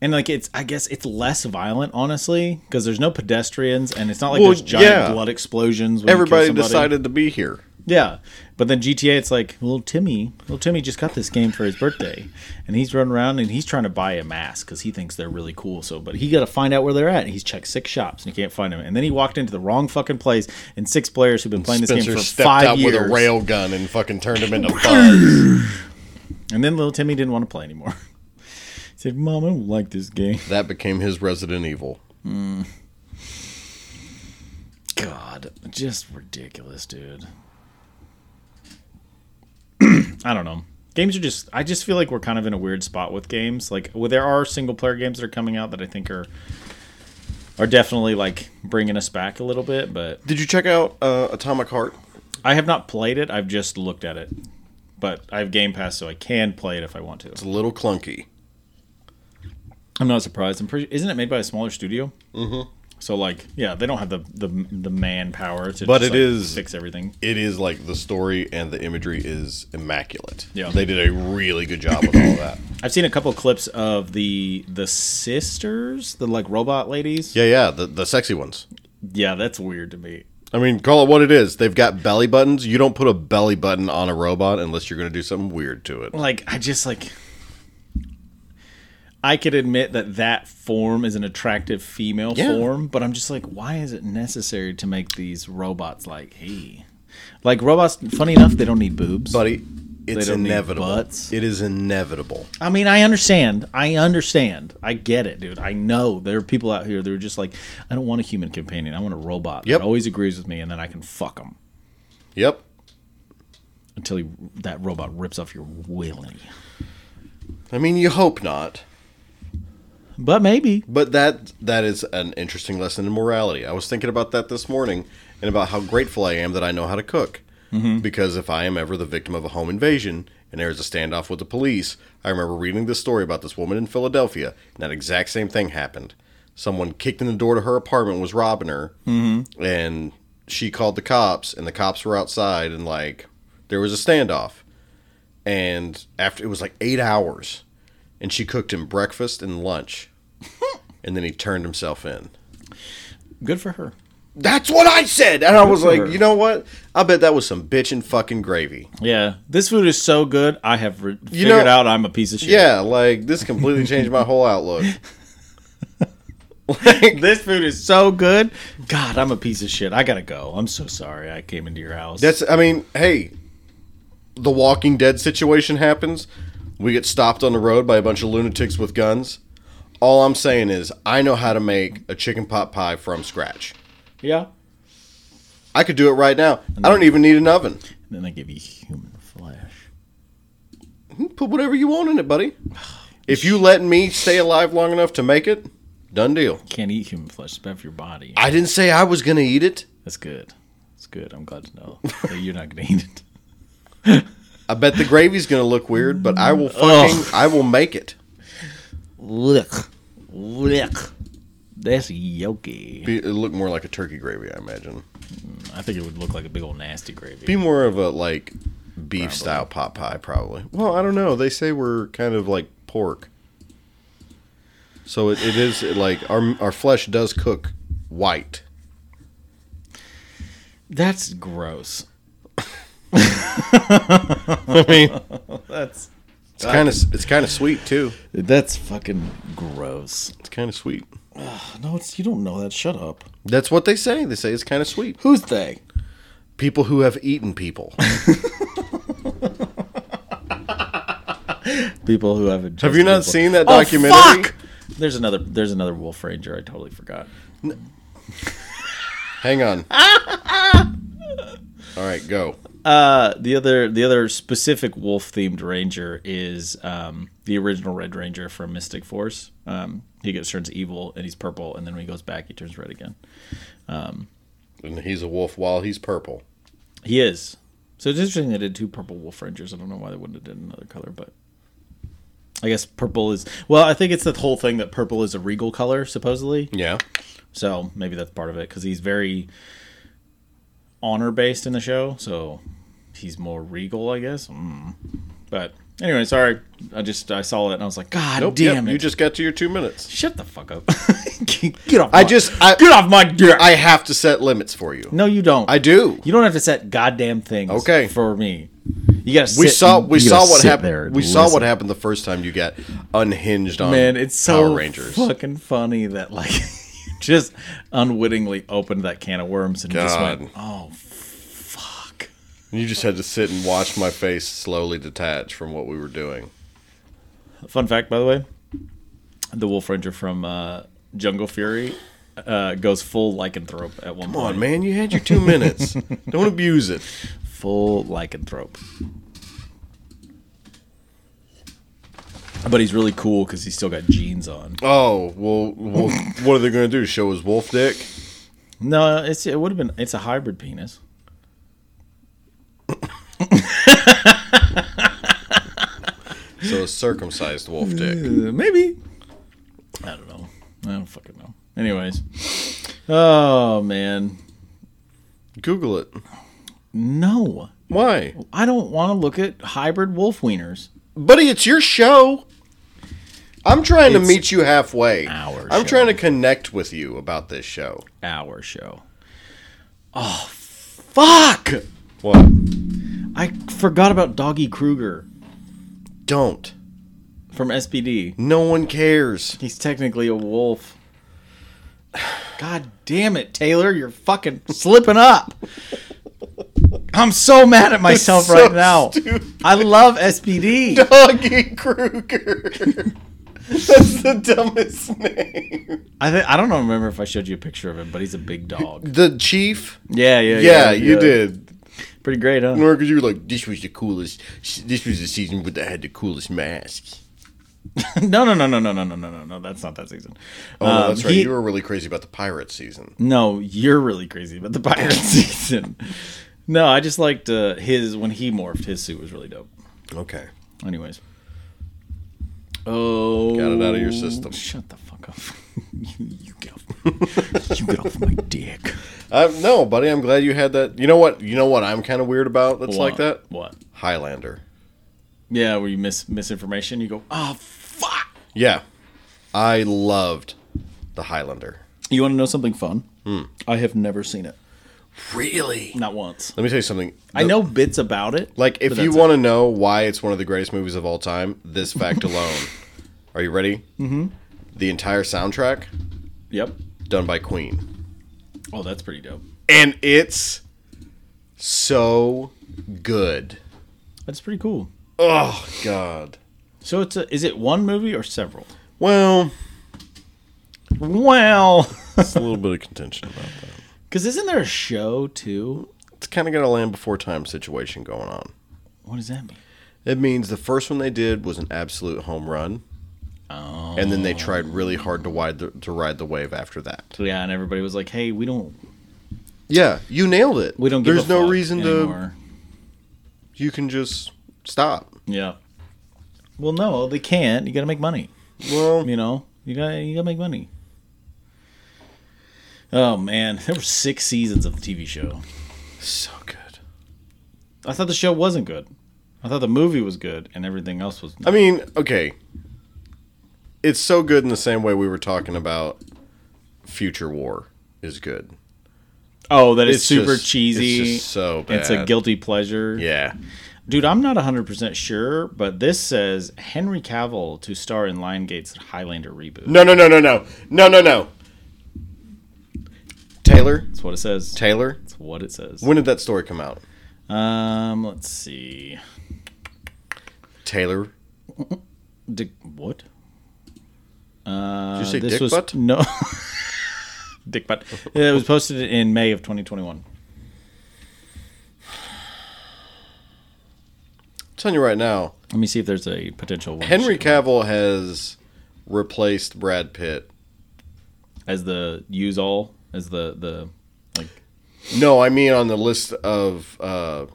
A: and like it's, I guess it's less violent, honestly, because there's no pedestrians, and it's not like
B: Well,
A: there's giant
B: yeah.
A: blood explosions. When you kill
B: Everybody
A: somebody.
B: decided to be here.
A: Yeah, but then GTA, it's like little Timmy. Little Timmy just got this game for his birthday, and he's running around and he's trying to buy a mask because he thinks they're really cool. So, but he got to find out where they're at. And he's checked six shops and he can't find them. And then he walked into the wrong fucking place. And six players who've been playing this
B: Spencer
A: game for
B: stepped
A: five
B: out
A: years.
B: with a rail gun and fucking turned him into bugs.
A: And then little Timmy didn't want to play anymore. he said, "Mom, I don't like this game."
B: that became his Resident Evil.
A: God, just ridiculous, dude. I don't know. Games are just I just feel like we're kind of in a weird spot with games. Like well, there are single player games that are coming out that I think are are definitely like bringing us back a little bit, but
B: Did you check out uh, Atomic Heart?
A: I have not played it. I've just looked at it. But I have Game Pass so I can play it if I want to.
B: It's a little clunky.
A: I'm not surprised. I'm pretty isn't it made by a smaller studio? Mhm.
B: Mm-hmm.
A: So like, yeah, they don't have the the, the manpower to
B: But
A: just,
B: it
A: like,
B: is-
A: fix everything.
B: it is like the story and the imagery is immaculate.
A: Yeah.
B: They did a really good job with all that.
A: I've seen a couple clips of the the sisters, the like robot ladies.
B: Yeah, yeah, the, the sexy ones.
A: Yeah, that's weird to me.
B: I mean, call it what it is. They've got belly buttons. You don't put a belly button on a robot unless you're going to do something weird to it.
A: Like I just like I could admit that that form is an attractive female
B: Yeah.
A: form, but I'm just like why is it necessary to make these robots like hey? Like robots funny enough they don't need boobs.
B: Buddy, it's
A: don't need
B: inevitable.
A: butts.
B: It is inevitable.
A: I mean, I understand. I understand. I get it, dude. I know there are people out here that are just like, I don't want a human companion. I want a robot
B: Yep.
A: that always agrees with me and then I can fuck them.
B: Yep.
A: until he, that robot rips off your willy.
B: I mean, you hope not.
A: But maybe.
B: But that that is an interesting lesson in morality. I was thinking about that this morning and about how grateful I am that I know how to cook. Because if I am ever the victim of a home invasion and there was a standoff with the police. I remember reading this story about this woman in Philadelphia, and that exact same thing happened. Someone kicked in the door to her apartment, was robbing her, and she called the cops, and the cops were outside, and like there was a standoff. And after it was like eight hours, and she cooked him breakfast and lunch, and then he turned himself in.
A: Good for her.
B: That's what I said. And I was
A: for
B: like,
A: her.
B: you know what? I bet that was some bitchin' fucking gravy.
A: Yeah, this food is so good. I have re- figured
B: know-
A: out I'm a piece of shit.
B: Yeah, like this completely changed my whole outlook.
A: this food is so good. God, I'm a piece of shit. I gotta go. I'm so sorry. I came into your house.
B: That's I mean, hey, the Walking Dead situation happens. We get stopped on the road by a bunch of lunatics with guns. All I'm saying is I know how to make a chicken pot pie from scratch.
A: yeah.
B: I could do it right now. I don't even need an oven.
A: And then they give you human flesh.
B: Hmm, Put whatever you want in it, buddy. If you let me stay alive long enough to make it, done deal.
A: Can't eat human flesh. It's bad for your body.
B: I didn't say I was gonna eat it.
A: That's good. That's good. I'm glad to know that you're not gonna eat it.
B: I bet the gravy's gonna look weird, but I will fucking I will make it.
A: Look, look. That's yolky.
B: Be, it'll look more like a turkey gravy, I imagine.
A: I think it would look like a big old nasty gravy.
B: Be more of a like beef style pot pie, probably. Well, I don't know. They say we're kind of like pork, so it, it is it, like our our flesh does cook white.
A: That's gross.
B: I mean,
A: That's
B: it's kind of it's kind of sweet too.
A: that's fucking gross.
B: It's kind of sweet.
A: No, it's you don't know that. Shut up.
B: That's what they say. They say it's kind of sweet.
A: Who's they?
B: People who have eaten people.
A: People who have
B: Have you not seen that
A: Oh,
B: documentary?
A: fuck! There's another. There's another Wolf Ranger. I totally forgot.
B: Hang on. All right, go.
A: Uh, the other the other specific wolf themed ranger is um, the original Red Ranger from Mystic Force. Um, he gets turns evil and he's purple, and then when he goes back, he turns red again.
B: And he's a wolf while he's purple.
A: He is. So it's interesting they did two purple Wolf Rangers. I don't know why they wouldn't have did another color, but I guess purple is well. I think it's the whole thing that purple is a regal color supposedly.
B: Yeah.
A: So maybe that's part of it because he's very honor based in the show. So he's more regal, I guess. Mm. But anyway, sorry. I just I saw it and I was like, God
B: Nope,
A: damn
B: yep,
A: it!
B: You just got to your two minutes.
A: shut the fuck up. Get off.
B: I
A: my-
B: just- I-
A: get off my dick.
B: I have to set limits for you.
A: no, you don't.
B: I do.
A: You don't have to set goddamn things.
B: Okay.
A: For me, you gotta. Sit,
B: We saw we
A: you
B: saw
A: gotta
B: what
A: sit there
B: happened.
A: and
B: We saw
A: listen.
B: what happened the first time you got unhinged on
A: Man, it's so
B: Power Rangers.
A: fucking funny that like you just unwittingly opened that can of worms and just went,
B: God.
A: oh fuck.
B: You just had to sit and watch my face slowly detach from what we were doing.
A: Fun fact, by the way, the Wolf Ranger from uh, Jungle Fury uh, goes full lycanthrope at one
B: Come
A: point.
B: on, man, you had your two minutes. Don't abuse it.
A: Full lycanthrope. But he's really cool because he's still got jeans on.
B: Oh well, well what are they going to do? Show his wolf dick?
A: No, it's it would have been it's a hybrid penis.
B: So a circumcised wolf dick.
A: Uh, maybe. I don't know. I don't fucking know. Anyways, oh man,
B: Google it.
A: no,
B: Why,
A: I don't want to look at hybrid wolf wieners.
B: buddy? It's your show. I'm trying to
A: It's
B: meet you halfway.
A: our
B: I'm
A: show.
B: trying to connect with you about this show.
A: Our show. Oh fuck!
B: What?
A: I forgot about Doggy Kruger
B: Don't.
A: from SPD.
B: No one cares.
A: He's technically a wolf. God damn it, Taylor! You're fucking slipping up. I'm so mad at myself
B: so
A: right now.
B: stupid.
A: I love SPD.
B: Doggy Kruger. That's the dumbest name.
A: I th- I don't know, remember if I showed you a picture of him, but he's a big dog.
B: The chief?
A: Yeah, yeah,
B: Yeah, you did.
A: Pretty great, huh?
B: Because you were like, this was the coolest. This was the season where they had the coolest masks.
A: no, no, no, no, no, no, no, no, no, no. That's not that season.
B: Oh,
A: Um,
B: that's right.
A: he-
B: you were really crazy about the pirate season.
A: No, you're really crazy about the pirate season. No, I just liked uh, his when he morphed. His suit was really dope.
B: Okay.
A: Anyways. Oh.
B: Got it out of your system.
A: Shut the fuck up. you, you get off. you get off my dick.
B: Uh, no, buddy, I'm glad you had that. You know what? You know what I'm kind of weird about that's like
A: What?
B: that?
A: What?
B: Highlander.
A: Yeah, where you miss misinformation, you go, oh, fuck.
B: Yeah. I loved the Highlander.
A: You want to know something fun?
B: Hmm.
A: I have never seen it.
B: Really?
A: Not once.
B: Let me tell you something.
A: I know bits about it.
B: Like, if
A: but
B: you
A: that's
B: want to know why it's one of the greatest movies of all time, this fact alone. Are you ready? Mm-hmm. The entire soundtrack
A: it. Yep.
B: done by Queen,
A: Oh, that's pretty dope.
B: and it's so good.
A: That's pretty cool.
B: Oh God.
A: So it's a, is it one movie or several?
B: Well,
A: Well,
B: it's a little bit of contention about that.
A: because isn't there a show too?
B: It's kind of got a land before time situation going on.
A: What does that mean?
B: It means the first one they did was an absolute home run.
A: Oh,
B: And then they tried really hard to ride the, to ride the wave after that.
A: Yeah, and everybody was like, "Hey, we don't,
B: Yeah, you nailed it.
A: we don't." Give
B: There's
A: a
B: no
A: fuck
B: reason to.
A: anymore.
B: You can just stop.
A: Yeah. Well, no, they can't. You got to make money.
B: Well,
A: You know, you got to you got to make money. Oh man, there were six seasons of the TV show.
B: so good.
A: I thought the show wasn't good. I thought the movie was good, and everything else was.
B: I mean, okay. It's so good in the same way we were talking about Future War is good.
A: Oh, that is
B: It's
A: super
B: just-
A: cheesy.
B: It's just so bad.
A: It's a guilty pleasure.
B: Yeah.
A: Dude, I'm not 100% sure, but this says Henry Cavill to star in Lion Gate's Highlander reboot.
B: No, no, no, no, no, no, no, no. Taylor,
A: That's what it says.
B: Taylor.
A: That's what it says.
B: When did that story come out?
A: Um, let's see.
B: Taylor.
A: Dick, what? Uh,
B: you say
A: this
B: dick
A: was,
B: butt?
A: No. dick butt. It was posted in May of 2021.
B: I'm telling you right now,
A: Let me see if there's a potential one
B: Henry Cavill has replaced Brad Pitt.
A: as the use all as the the like
B: No, I mean on the list of uh,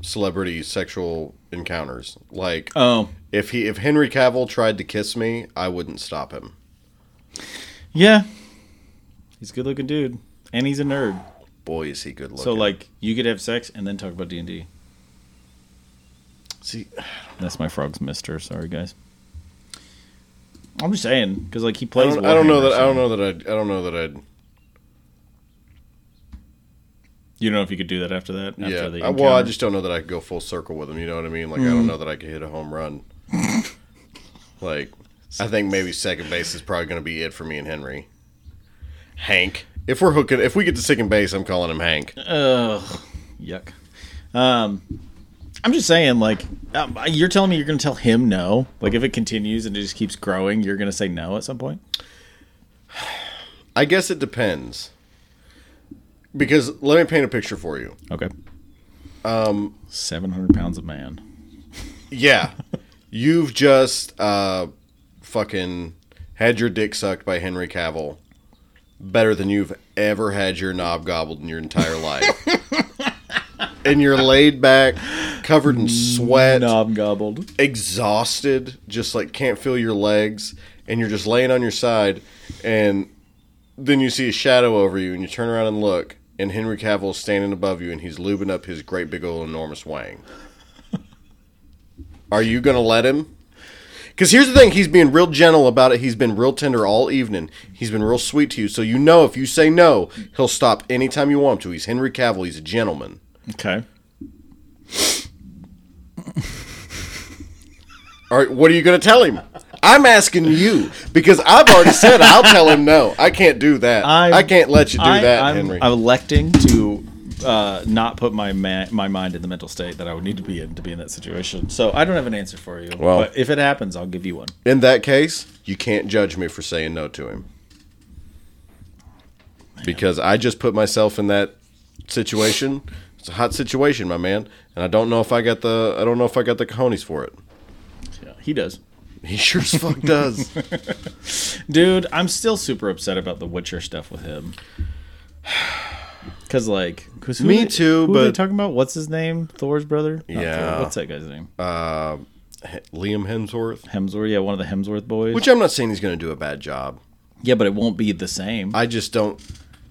B: celebrity sexual encounters. Like,
A: oh
B: if he if Henry Cavill tried to kiss me, I wouldn't stop him.
A: yeah he's a good looking dude and he's a nerd
B: Boy, is he good looking.
A: so like you could have sex and then talk about D and D
B: see,
A: That's my frog's mister. Sorry, guys. I'm just saying because like he
B: I
A: plays.
B: don't, I don't know
A: Warhammer,
B: that. I
A: so-
B: don't know that. I'd, I don't know that. I'd.
A: You don't know if you could do that after that. After
B: Yeah.
A: The
B: I- well, I
A: encounter? Mm.
B: just don't know that I could go full circle with him. You know what I mean? Like, I don't know that I could hit a home run. like, I think maybe second base is probably going to be it for me and Henry. Hank. If we're hooking, if we get to second base, I'm calling him Hank.
A: Ugh, yuck. Um, I'm just saying like um, you're telling me you're gonna tell him no. Like if it continues and it just keeps growing, you're gonna say no at some point.
B: I guess it depends. Because let me paint a picture for you.
A: Okay. Um,
B: Um,
A: seven hundred pounds of man.
B: Yeah. You've just uh fucking had your dick sucked by Henry Cavill better than you've ever had your knob gobbled in your entire life. and you're laid back, covered in sweat,
A: Knob gobbled.
B: exhausted, just like can't feel your legs, and you're just laying on your side and then you see a shadow over you and you turn around and look and Henry Cavill's standing above you and he's lubing up his great big old enormous wang. Are you going to let him? Because here's the thing, he's being real gentle about it. He's been real tender all evening. He's been real sweet to you. So you know if you say no, he'll stop anytime you want him to. He's Henry Cavill. He's a gentleman.
A: Okay.
B: All right, what are you going to tell him? I'm asking you because I've already said I'll tell him no. I can't do that.
A: I'm-
B: I'm, I can not let you do
A: I,
B: that,
A: I'm,
B: Henry.
A: I'm electing to uh, not put my ma- my mind in the mental state that I would need to be in to be in that situation. So I don't have an answer for you.
B: Well-
A: but if it happens, I'll give you one.
B: In that case, you can't judge me for saying no to him. Because I just put myself in that situation. It's a hot situation, my man, and I don't know if I got the I don't know if I got the cojones for it.
A: Yeah, he does.
B: He sure as fuck does.
A: Dude, I'm still super upset about the Witcher stuff with him. Because like, 'cause who
B: Me
A: they-
B: too,
A: Who are they
B: but-
A: talking about? What's his name? Thor's brother? Not Thor.
B: Yeah.
A: What's that guy's name?
B: Uh, H- Liam Hemsworth.
A: Hemsworth. Yeah, one of the Hemsworth boys.
B: Which I'm not saying he's going to do a bad job.
A: yeah, but it won't be the same.
B: I just don't.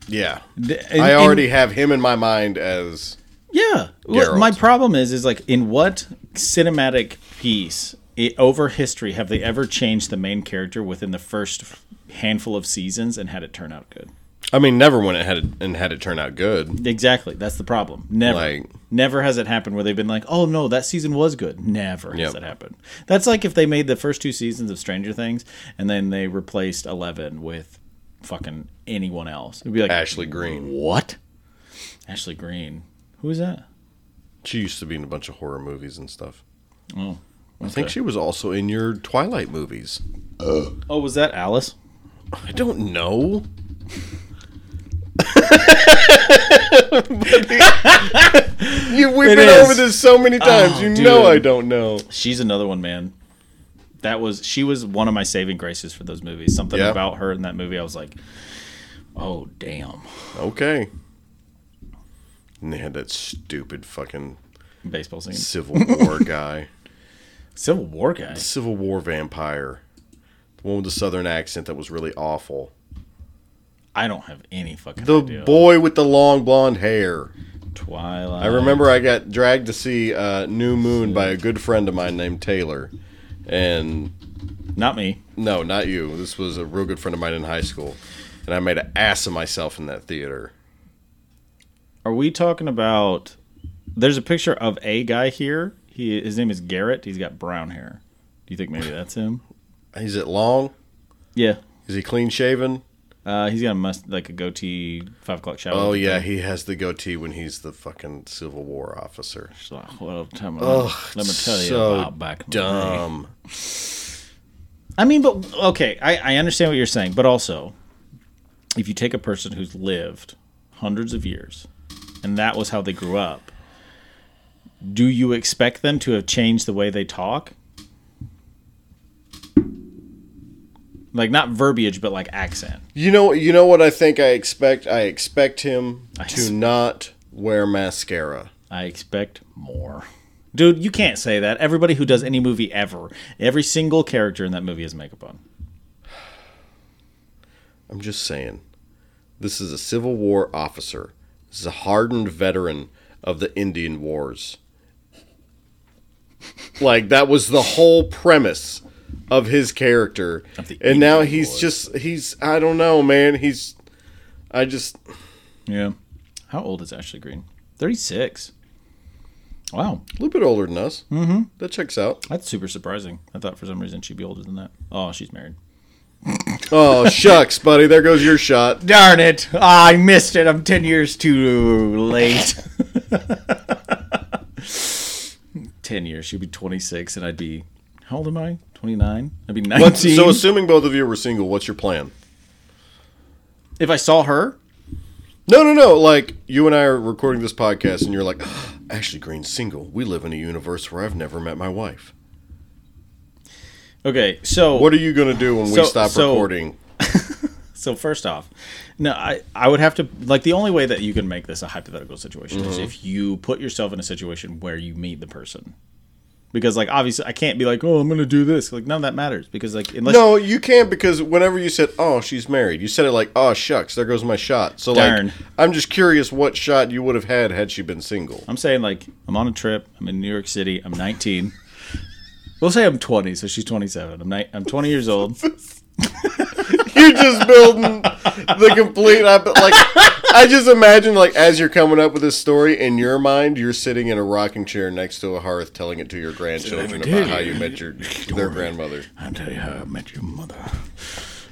B: Yeah.
A: The- and-
B: I
A: and-
B: already have him in my mind as.
A: Yeah. What,
B: Geralt.
A: my problem is, is like, in what cinematic piece i over history have they ever changed the main character within the first handful of seasons and had it turn out good?
B: I mean, never when it had and had it turn out good.
A: Exactly. That's the problem. Never.
B: Like-
A: never has it happened where they've been like, oh no, that season was good. Never
B: Yep.
A: has that happened. That's like if they made the first two seasons of Stranger Things and then they replaced Eleven with fucking anyone else. It'd be like
B: Ashley Green.
A: What? Ashley Green. Who is that?
B: She used to be in a bunch of horror movies and stuff.
A: Oh.
B: I think she was also in your Twilight movies.
A: Oh, was that Alice?
B: I don't know. you, we've
A: It
B: been
A: is.
B: over this so many times.
A: Oh,
B: you
A: dude.
B: know I don't know.
A: She's another one, man. That was she was one of my saving graces for those movies. Something
B: Yeah.
A: about her in that movie, I was like, "Oh damn!"
B: Okay. And they had that stupid fucking
A: Baseball scene,
B: Civil War guy,
A: Civil War guy.
B: Civil War vampire, the one with the southern accent that was really awful.
A: I don't have any fucking
B: The
A: idea.
B: boy with the long blonde hair.
A: Twilight.
B: I remember I got dragged to see uh, New Moon by a good friend of mine named Taylor, and
A: Not me.
B: No, not you. This was a real good friend of mine in high school, and I made an ass of myself in that theater.
A: Are we talking about? There's a picture of a guy here. He his name is Garrett. He's got brown hair. Do you think maybe that's him?
B: Is it long?
A: Yeah.
B: Is he clean shaven?
A: Uh, he's got a must like a goatee, five o'clock shadow.
B: Oh yeah, he has the goatee when he's the fucking Civil War officer.
A: Well, tell me,
B: Ugh,
A: let me tell you
B: so
A: about back in the day.
B: Dumb.
A: I mean, but okay, I, I understand what you're saying, but also, if you take a person who's lived hundreds of years, and that was how they grew up, do you expect them to have changed the way they talk? Like not verbiage, but like accent.
B: You know, you know what I think I expect. I expect him
A: I
B: to
A: s-
B: not wear mascara.
A: I expect more. Dude, you can't say that. Everybody who does any movie ever, every single character in that movie has makeup on.
B: I'm just saying. This is a Civil War officer. This is a hardened veteran of the Indian Wars. Like that was the whole premise of his character.
A: the
B: and now he's just he's I don't know, man. He's I just
A: Yeah. How old is Ashley Green? 36. Wow.
B: a little bit older than us. Mm-hmm. That checks out.
A: That's super surprising. I thought for some reason she'd be older than that. Oh, she's married.
B: Oh shucks, buddy. There goes your shot.
A: Darn it! Ah, I missed it. I'm ten years too late. ten years. She'd be 26, and I'd be how old am I? 29. I'd be 19.
B: What, so assuming both of you were single, what's your plan?
A: if I saw her,
B: No, no, no. Like you and I are recording this podcast, and you're like, "Ah, Ashley Green's single. We live in a universe where I've never met my wife.
A: okay. So
B: What are you gonna do when
A: So-
B: we stop
A: so-
B: recording?
A: So first off, no, I, I would have to like the only way that you can make this a hypothetical situation is if you put yourself in a situation where you meet the person. Because like obviously I can't be like, "Oh, I'm going to do this." Like none of that matters because like unless
B: No, you can't because whenever you said, "Oh, she's married," you said it like, "Oh, shucks, there goes my shot." So
A: Darn.
B: like, I'm just curious what shot you would have had had she been single.
A: I'm saying like I'm on a trip, I'm in New York City, I'm 19. we'll say I'm 20, so she's 27. I'm ni- I'm 20 years old.
B: You're just building the complete. op- Like, I just imagine like as you're coming up with this story in your mind, you're sitting in a rocking chair next to a hearth, telling it to your grandchildren about how you met your their grandmother.
A: I'll tell you how I met your mother.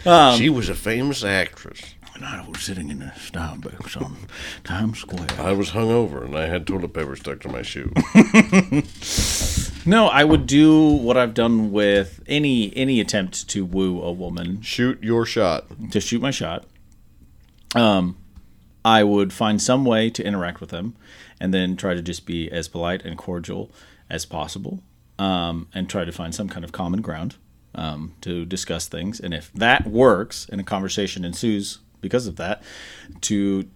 A: Um,
B: she was a famous actress.
A: And I was sitting in a Starbucks on Times Square.
B: I was hungover and I had toilet paper stuck to my shoe.
A: No, I would do what I've done with any any attempt to woo a woman
B: Shoot your shot.
A: to shoot my shot. Um, I would find some way to interact with them, and then try to just be as polite and cordial as possible, um, and try to find some kind of common ground um, to discuss things. And if that works, and a conversation ensues because of that, to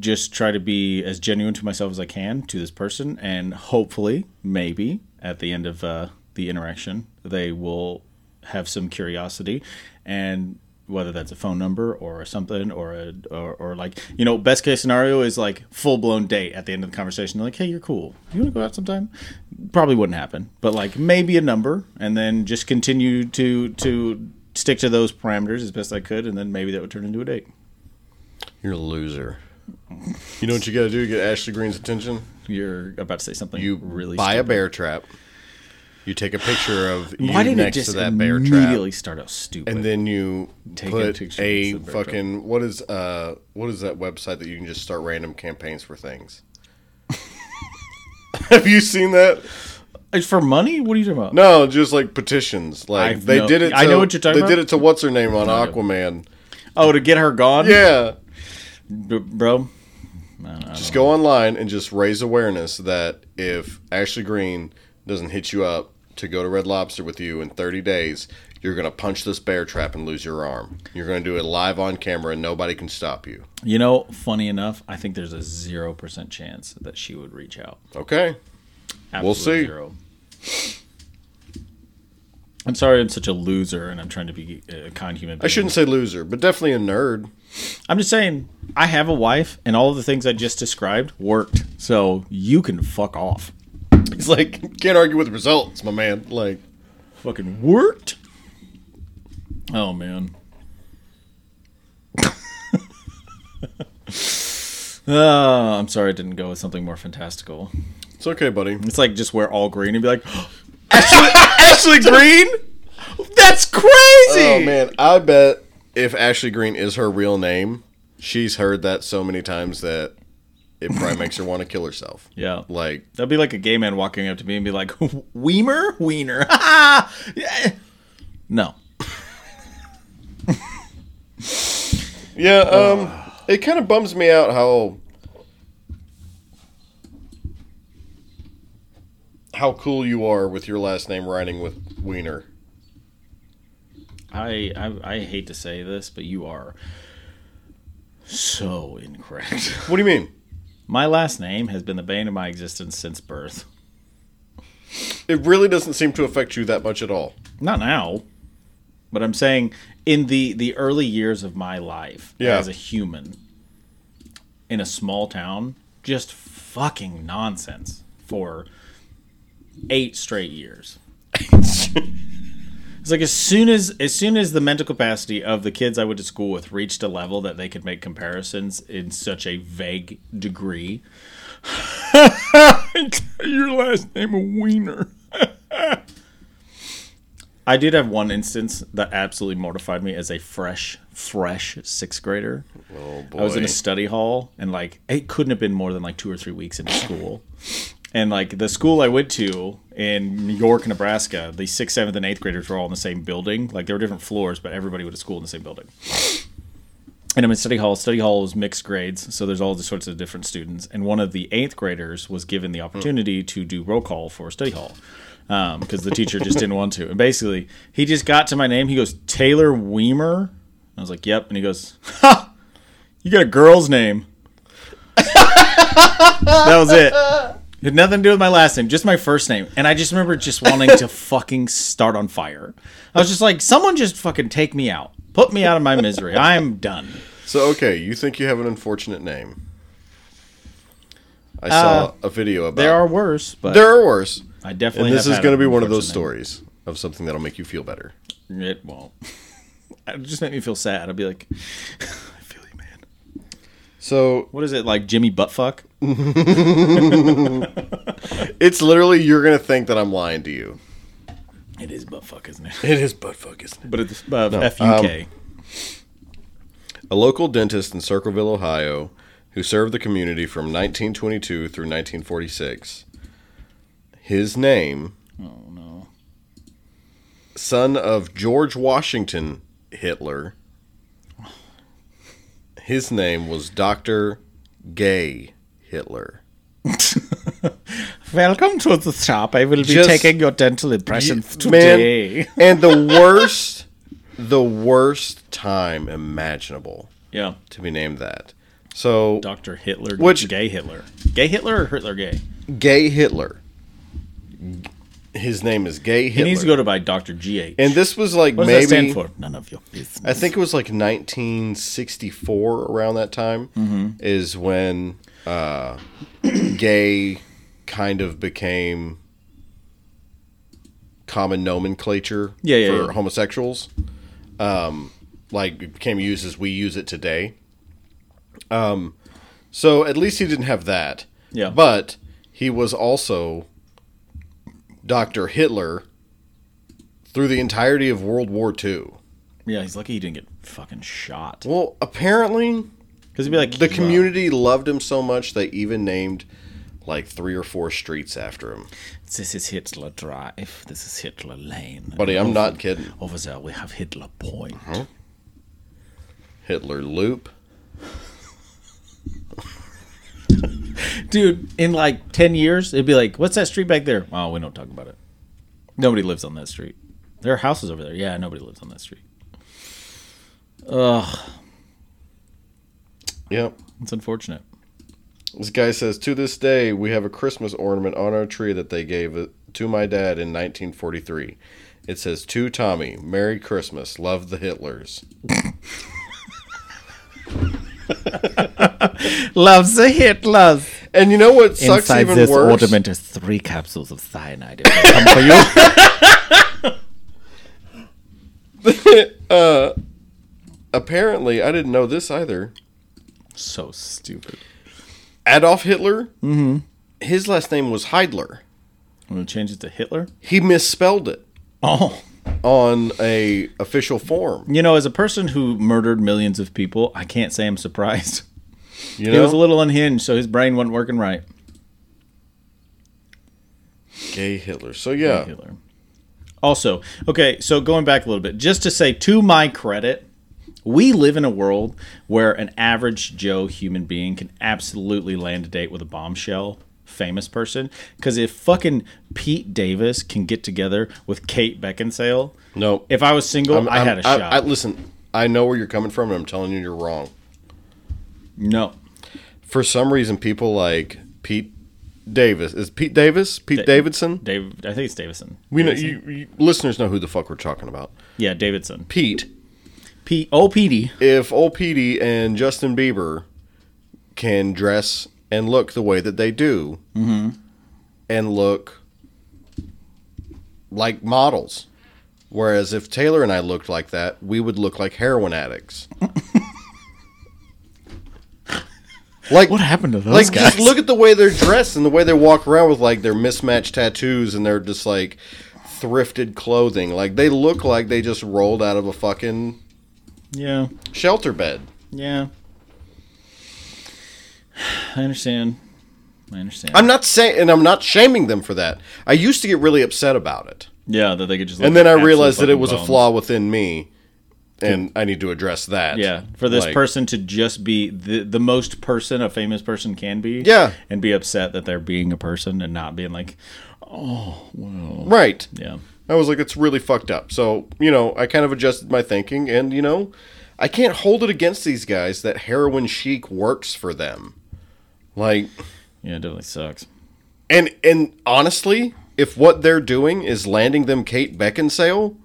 A: just try to be as genuine to myself as I can to this person, and hopefully, maybe at the end of uh, the interaction, they will have some curiosity, and whether that's a phone number or something or a or, or like you know best case scenario is like full blown date at the end of the conversation like hey you're cool you want to go out sometime probably wouldn't happen but like maybe a number and then just continue to to stick to those parameters as best I could and then maybe that would turn into a date
B: You're a loser. You know what you got to do to get Ashley Green's attention?
A: you're about to say something
B: You
A: really
B: buy a
A: stupid.
B: bear trap. You take a picture of you
A: why did it
B: next
A: just
B: to that bear trap,
A: immediately start out stupid
B: and then you
A: Take a
B: put
A: picture
B: a
A: next to the bear trap.
B: fucking what is uh what is that website that you can just start random campaigns for things? Have you seen that?
A: It's for money what are you talking about
B: No, just like petitions. Like
A: I've
B: they
A: no-
B: did it. To,
A: I know what you're talking
B: They did
A: about.
B: it to what's her name on Aquaman.
A: oh to get her gone
B: Yeah,
A: B- bro
B: just go online and just raise awareness that if Ashley Green doesn't hit you up to go to Red Lobster with you in 30 days, you're gonna punch this bear trap and lose your arm. You're gonna do it live on camera and nobody can stop you.
A: You know, funny enough, I think there's a zero percent chance that she would reach out.
B: Okay. We'll
A: Absolute
B: see.
A: Zero. I'm sorry, I'm such a loser, and I'm trying to be a kind human. Being.
B: I shouldn't say loser, but definitely a nerd.
A: I'm just saying, I have a wife, and all of the things I just described worked. So you can fuck off.
B: It's like can't argue with results, my man. Like
A: Fucking worked. Oh man. Ah, I'm sorry, I didn't go with something more fantastical.
B: it's okay, buddy.
A: It's like just wear all green and be like, Ashley, Ashley Green? That's crazy.
B: Oh man, I bet if Ashley Green is her real name, she's heard that so many times that it probably makes her want to kill herself.
A: Yeah.
B: Like
A: That'd be like a gay man walking up to me and be like, Weimer? Wiener. Ha ha. Yeah. no.
B: Yeah, um it kind of bums me out how how cool you are with your last name rhyming with Wiener.
A: I, I I hate to say this, but you are so incorrect.
B: What do you mean?
A: My last name has been the bane of my existence since birth.
B: It really doesn't seem to affect you that much at all.
A: not now but i'm saying in the the early years of my life
B: Yeah.
A: as a human in a small town just fucking nonsense for eight straight years it's like as soon as as soon as the mental capacity of the kids i went to school with reached a level that they could make comparisons in such a vague degree your last name a wiener I did have one instance that absolutely mortified me as a fresh, fresh sixth grader.
B: Oh boy.
A: I was in a study hall, and like it couldn't have been more than like two or three weeks into school. And like the school I went to in York, Nebraska, the sixth, seventh, and eighth graders were all in the same building. Like there were different floors, but everybody went to school in the same building. And I'm in study hall. Study hall is mixed grades, so there's all the sorts of different students. And one of the eighth graders was given the opportunity to do roll call for study hall because the teacher just didn't want to. And basically, he just got to my name. He goes Taylor Weimer. I was like, "Yep." And he goes, "Ha, you got a girl's name." that was it. It had nothing to do with my last name, just my first name. And I just remember just wanting to fucking start on fire. I was just like, "Someone just fucking take me out, put me out of my misery. I am done."
B: So okay, you think you have an unfortunate name. I saw a video about
A: Uh, There are worse, but
B: there are worse.
A: I definitely.
B: And this
A: have
B: is
A: had
B: going to
A: an
B: be one of those
A: unfortunate-
B: stories of something that'll make you feel better.
A: It won't. It'll just make me feel sad. I'll be like, I feel you, man.
B: So
A: What is it like, Jimmy Buttfuck?
B: it's literally you're going to think that I'm lying to you.
A: It is Buttfuck, isn't it?
B: It is butt fuck, isn't it?
A: But it's uh, F-U-K.
B: um, A local dentist in Circleville, Ohio, who served the community from 1922 through 1946. His name,
A: oh no.
B: son of George Washington Hitler. His name was Dr. Gay Hitler.
A: Welcome to the shop. I will be
B: Just- taking
A: your dental impressions
B: Man, and the worst, the worst time imaginable
A: Yeah.
B: to be named that. So
A: Dr. Hitler,
B: Which-
A: gay Hitler. Gay Hitler or Hitler gay?
B: gay Hitler.
C: His name is Gay
A: He
C: Hitler.
A: needs to go to by Dr. GH.
B: And this was like
A: what does
B: maybe
A: that stand for? None of your business.
B: I think it was like 1964 around that time
A: Mm-hmm.
B: is when uh, gay kind of became common nomenclature
A: Yeah, yeah,
B: for
A: yeah.
B: homosexuals. Um, like it became used as we use it today. Um, so at least he didn't have that.
A: Yeah.
B: But he was also Dr. Hitler through the entirety of World War II.
A: Yeah, he's lucky he didn't get fucking shot.
B: Well, apparently
A: Because he'd be like,
B: the
A: "Well,
B: community loved him so much they even named like three or four streets after him.
A: This is Hitler Drive. This is Hitler Lane.
B: Buddy, I'm not kidding.
A: Over there, we have Hitler Point.
B: Hitler Loop.
A: Dude, in like 10 years, it'd be like, what's that street back there? Oh, we don't talk about it. Nobody lives on that street. There are houses over there. Yeah, nobody lives on that street.
B: Yep.
A: It's unfortunate.
B: This guy says to this day we have a Christmas ornament on our tree that they gave it to my dad in 1943. It says to Tommy, Merry Christmas, love the Hitlers.
A: Loves the Hitlers.
B: And you know what sucks
A: Inside
B: even
A: this
B: worse?
A: ornament is three capsules of cyanide. It will come for you.
B: Apparently, I didn't know this either.
A: so stupid.
B: Adolf Hitler. Mm-hmm. His last name was Heidler.
A: I'm going to change it to Hitler.
B: He misspelled it.
A: Oh.
B: on a official form.
A: You know, as a person who murdered millions of people, I can't say I'm surprised.
B: You
A: He was a
B: know,
A: little unhinged, so his brain wasn't working right.
B: gay Hitler. So yeah,
A: Hitler. Also, okay, so going back a little bit, just to say to my credit, we live in a world where an average Joe human being can absolutely land a date with a bombshell famous person. Because if fucking Pete Davis can get together with Kate Beckinsale,
B: no.
A: if I was single, i had a
B: I-
A: shot.
B: I, listen, I know where you're coming from, and I'm telling you, you're wrong.
A: no,
B: For some reason, people like Pete Davis is Pete Davis, Pete Davidson.
A: Dave, I think it's Davison.
B: We know you, you listeners know who the fuck we're talking about.
A: Yeah, Davidson.
B: Pete.
A: Pete, oh, Petey.
B: If old Petey and Justin Bieber can dress and look the way that they do,
A: Mm-hmm.
B: and look like models. Whereas if Taylor and I looked like that, we would look like heroin addicts. like
A: What happened to those
B: Like
A: guys?
B: just look at the way they're dressed and the way they walk around with like their mismatched tattoos and their just like thrifted clothing. Like they look like they just rolled out of a fucking
A: Yeah,
B: shelter bed.
A: yeah. I understand. I understand.
B: I'm not saying, and I'm not shaming them for that. I used to get really upset about it,
A: Yeah, that they could just.
B: and
A: look
B: then I
A: absolute
B: realized that it
A: fucking
B: was a
A: bums.
B: flaw within me, and I need to address that.
A: Yeah, for this
B: Like,
A: person to just be the the most person a famous person can be.
B: Yeah.
A: and be upset that they're being a person and not being like, oh well.
B: right?
A: Yeah,
B: I was like, it's really fucked up. So you know, I kind of adjusted my thinking, and you know, I can't hold it against these guys that heroin chic works for them. Like,
A: yeah, it definitely sucks.
B: and and honestly, if what they're doing is landing them Kate Beckinsale,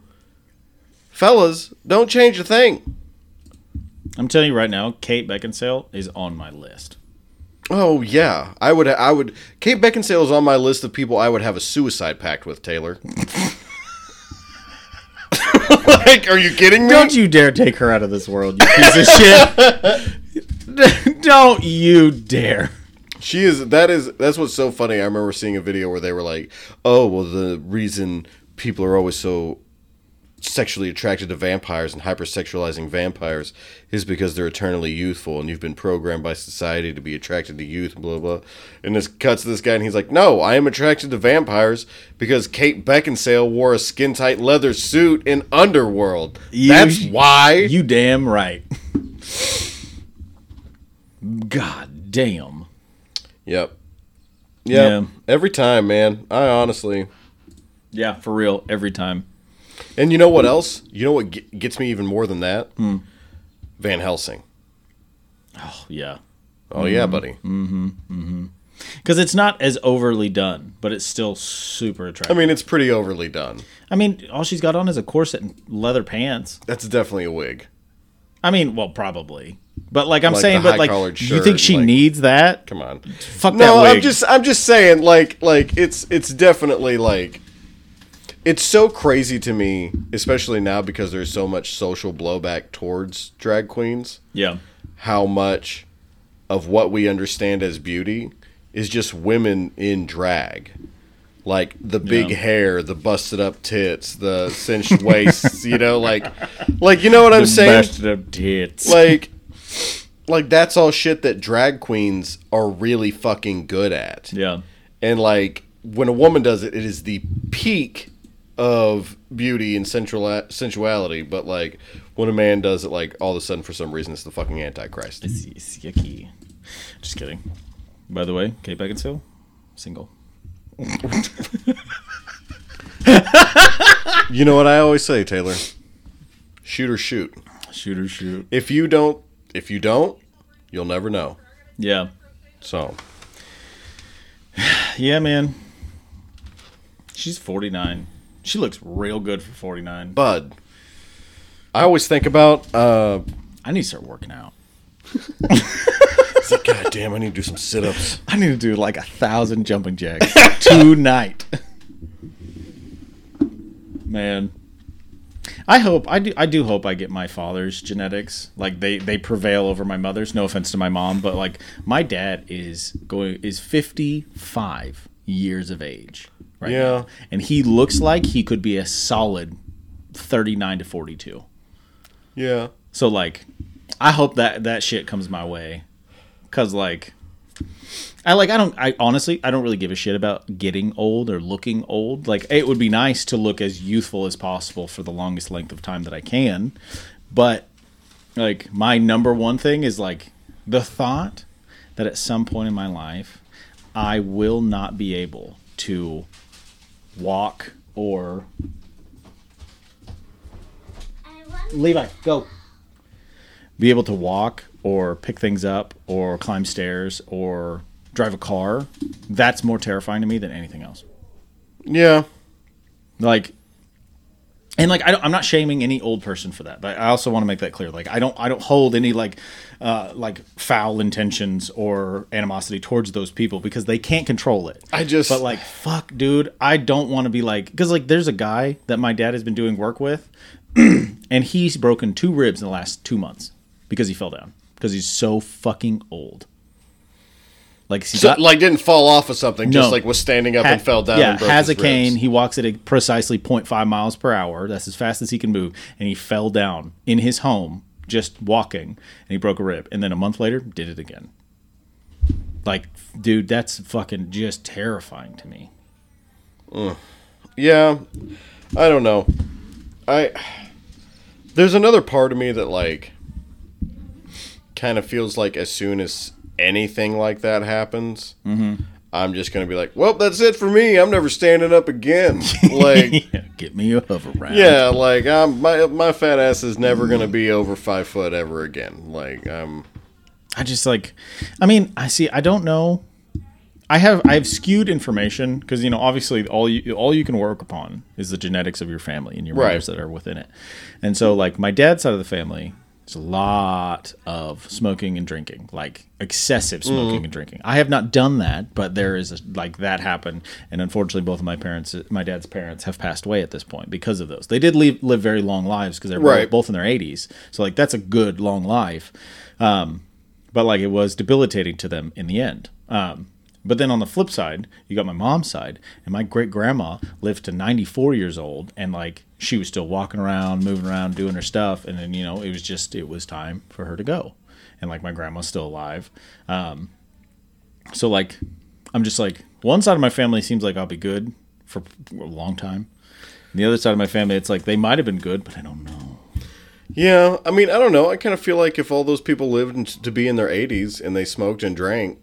B: fellas, don't change a thing.
A: I'm telling you right now, Kate Beckinsale is on my list.
B: Oh yeah, I would. I would. Kate Beckinsale is on my list of people I would have a suicide pact with. Taylor. like, are you kidding me?
A: Don't you dare take her out of this world, you piece of shit. Don't you dare.
B: She is. That is. That's what's so funny. I remember seeing a video where they were like, "Oh, well, the reason people are always so sexually attracted to vampires and hypersexualizing vampires is because they're eternally youthful, and you've been programmed by society to be attracted to youth." Blah blah. And this cuts to this guy, and he's like, "No, I am attracted to vampires because Kate Beckinsale wore a skin tight leather suit in Underworld.
A: You-
B: that's why."
A: You damn right. God damn.
B: Yep. Yep.
A: Yeah.
B: Every time, man. I honestly.
A: Yeah, for real, every time.
B: And you know what else? You know
A: Hmm.
B: what ge- gets me even more than that? Van Helsing.
A: Oh, yeah.
B: Oh yeah, buddy.
A: Hmm. because it's not as overly done, but it's still super
B: I
A: attractive.
B: mean, it's pretty overly done.
A: I mean, all she's got on is a corset and leather pants.
B: That's definitely a wig.
A: I mean, well, probably, but like I'm
B: Like
A: saying,
B: the
A: but like,
B: high-collared
A: you think
B: shirt,
A: she
B: like-
A: needs that?
B: Come on.
A: Fuck
B: no,
A: that wig.
B: I'm just I'm just saying like like it's it's definitely like it's so crazy to me, especially now because there's so much social blowback towards drag queens,
A: yeah,
B: how much of what we understand as beauty is just women in drag. Like the big
A: Yeah.
B: hair, the busted up tits, the cinched waists, you know, like like you know what I'm saying?
A: Bastard of tits.
B: like like that's all shit that drag queens are really fucking good at
A: yeah,
B: and like when a woman does it it is the peak of beauty and sensual sensuality but like when a man does it like all of a sudden for some reason it's the fucking antichrist
A: it's, it's yucky. Just kidding. By the way, Kate Beckinsale, single.
B: you know what i always say taylor shoot or shoot
A: Shoot or shoot.
B: if you don't if you don't you'll never know
A: Yeah,
B: so
A: yeah, man. She's 49. She looks real good for 49. But
B: bud i always think about uh
A: I need to start working out.
B: it's like, god damn i need to do some sit-ups
A: I need to do like a thousand jumping jacks tonight. Man. I hope I do I do hope I get my father's genetics. Like they they prevail over my mother's. No offense to my mom, but like my dad is going is 55 years of age right
B: Yeah.
A: now. And he looks like he could be a solid 39 to 42.
B: yeah
A: So like, I hope that that shit comes my way, cause like, I like I don't I honestly I don't really give a shit about getting old or looking old. Like it would be nice to look as youthful as possible for the longest length of time that I can, but like my number one thing is like the thought that at some point in my life I will not be able to walk or Levi, go. Be able to walk or pick things up or climb stairs or drive a car. That's more terrifying to me than anything else.
B: yeah
A: Like, and like I don't, I'm not shaming any old person for that. But I also want to make that clear. Like I don't I don't hold any like uh, like foul intentions or animosity towards those people because they can't control it.
B: I just-
A: but like fuck, dude, I don't want to be like because like there's a guy that my dad has been doing work with, and he's broken two ribs in the last two months because he fell down because he's so fucking old. Like he's
B: So,
A: got-
B: like didn't fall off of something, just
A: No.
B: like was standing up
A: Ha-
B: and fell down.
A: Yeah,
B: and broke
A: has
B: his
A: a cane.
B: ribs.
A: He walks at a precisely 0.5 miles per hour. That's as fast as he can move. And he fell down in his home just walking, and he broke a rib. And then a month later, did it again. Like, dude, that's fucking just terrifying to me.
B: Yeah, I don't know. I there's another part of me that like kind of feels like as soon as anything like that happens, I'm just gonna be like, well, that's it for me. I'm never standing up again. Like.
A: Get me a hover round.
B: Yeah, like I'm, my my fat ass is never gonna be over five foot ever again. Like I'm,
A: I just like, I mean, I see. I don't know. I have I have skewed information because you know obviously all you all you can work upon is the genetics of your family and your
B: Right.
A: members that are within it, and so like my dad's side of the family, there's a lot of smoking and drinking, like excessive smoking and drinking. I have not done that, but there is a, like that happened, and unfortunately both of my parents, my dad's parents, have passed away at this point because of those. They did live live very long lives because they're
B: Right.
A: both in their 80s, so like that's a good long life Um, but like it was debilitating to them in the end. Um, but then on the flip side, you got my mom's side, and my great grandma lived to 94 years old, and like she was still walking around, moving around, doing her stuff, and then you know it was just it was time for her to go, and like my grandma's still alive, um, so like I'm just like one side of my family seems like I'll be good for a long time, and the other side of my family it's like they might have been good, but I don't know.
B: Yeah, I mean, I don't know. I kind of feel like if all those people lived in- to be in their 80s and they smoked and drank,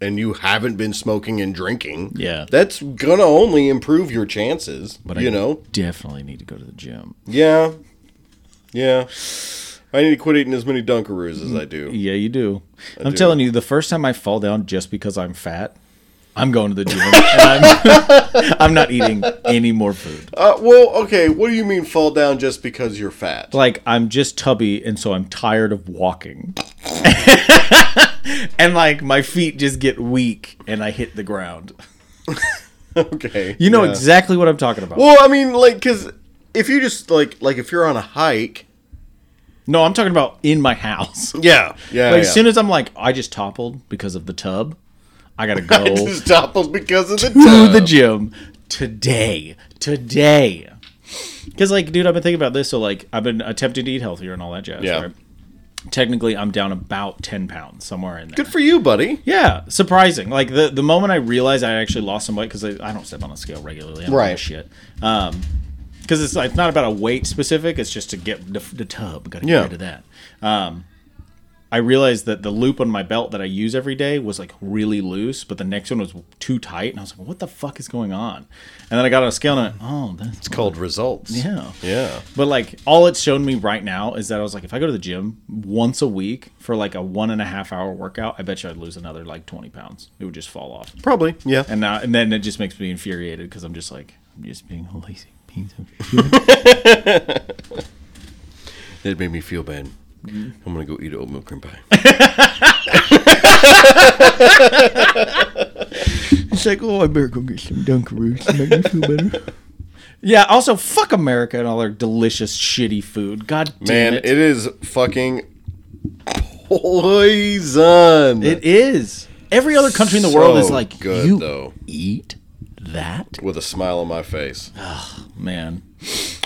B: and you haven't been smoking and drinking,
A: Yeah.
B: that's gonna only improve your chances.
A: But
B: you
A: I
B: know,
A: definitely need to go to the gym.
B: yeah, yeah. I need to quit eating as many Dunkaroos as I do.
A: Yeah, you do. I am
B: do.
A: telling you, the first time I fall down just because I'm fat, I'm going to the gym. and I'm, I'm not eating any more food.
B: Uh, well, okay. What do you mean fall down just because you're fat?
A: Like I'm just tubby, and so I'm tired of walking. and like my feet just get weak, and I hit the ground.
B: Okay.
A: You know
B: yeah.
A: exactly what I'm talking about.
B: Well, I mean, like, cause if you just like, like, if you're on a hike.
A: no, I'm talking about in my house.
B: Yeah. Yeah.
A: Like,
B: yeah.
A: As soon as I'm like, I just toppled because of the tub. I gotta go.
B: it just topples because of the
A: to
B: tub.
A: the gym today. Today. Because, like, dude, I've been thinking about this. So, like, I've been attempting to eat healthier and all that jazz.
B: Yeah.
A: Right? Technically, I'm down about 10 pounds, somewhere in there.
B: Good for you, buddy.
A: Yeah, surprising. Like, the, the moment I realized I actually lost some weight, because I, I don't step on a scale regularly. I don't give a
B: Right.
A: Shit. Um, because it's, it's not about a weight specific, it's just to get the, the tub. Got to get
B: Yeah.
A: rid of that. Um, I realized that the loop on my belt that I use every day was like really loose, but the next one was too tight, and I was like, "What the fuck is going on?" And then I got on a scale and I went, "Oh, that's
B: Called results.
A: yeah,
B: Yeah.
A: But like, all it's shown me right now is that I was like, if I go to the gym once a week for like a one and a half hour workout, I bet you I'd lose another like twenty pounds. It would just fall off.
B: Probably. Yeah.
A: And now, and then it just makes me infuriated because I'm just like, I'm just being a lazy piece of shit.
B: That made me feel bad.
A: Mm-hmm.
B: I'm gonna go eat an oat milk cream pie.
A: It's like, oh, I better go get some Dunkaroos to make me feel better. yeah. Also, fuck America and all their delicious, shitty food. God damn
B: Man,
A: it.
B: it is fucking poison.
A: It is. Every other country in the world is
B: So
A: like,
B: good,
A: you
B: though.
A: eat that,
B: With a smile on my face.
A: man.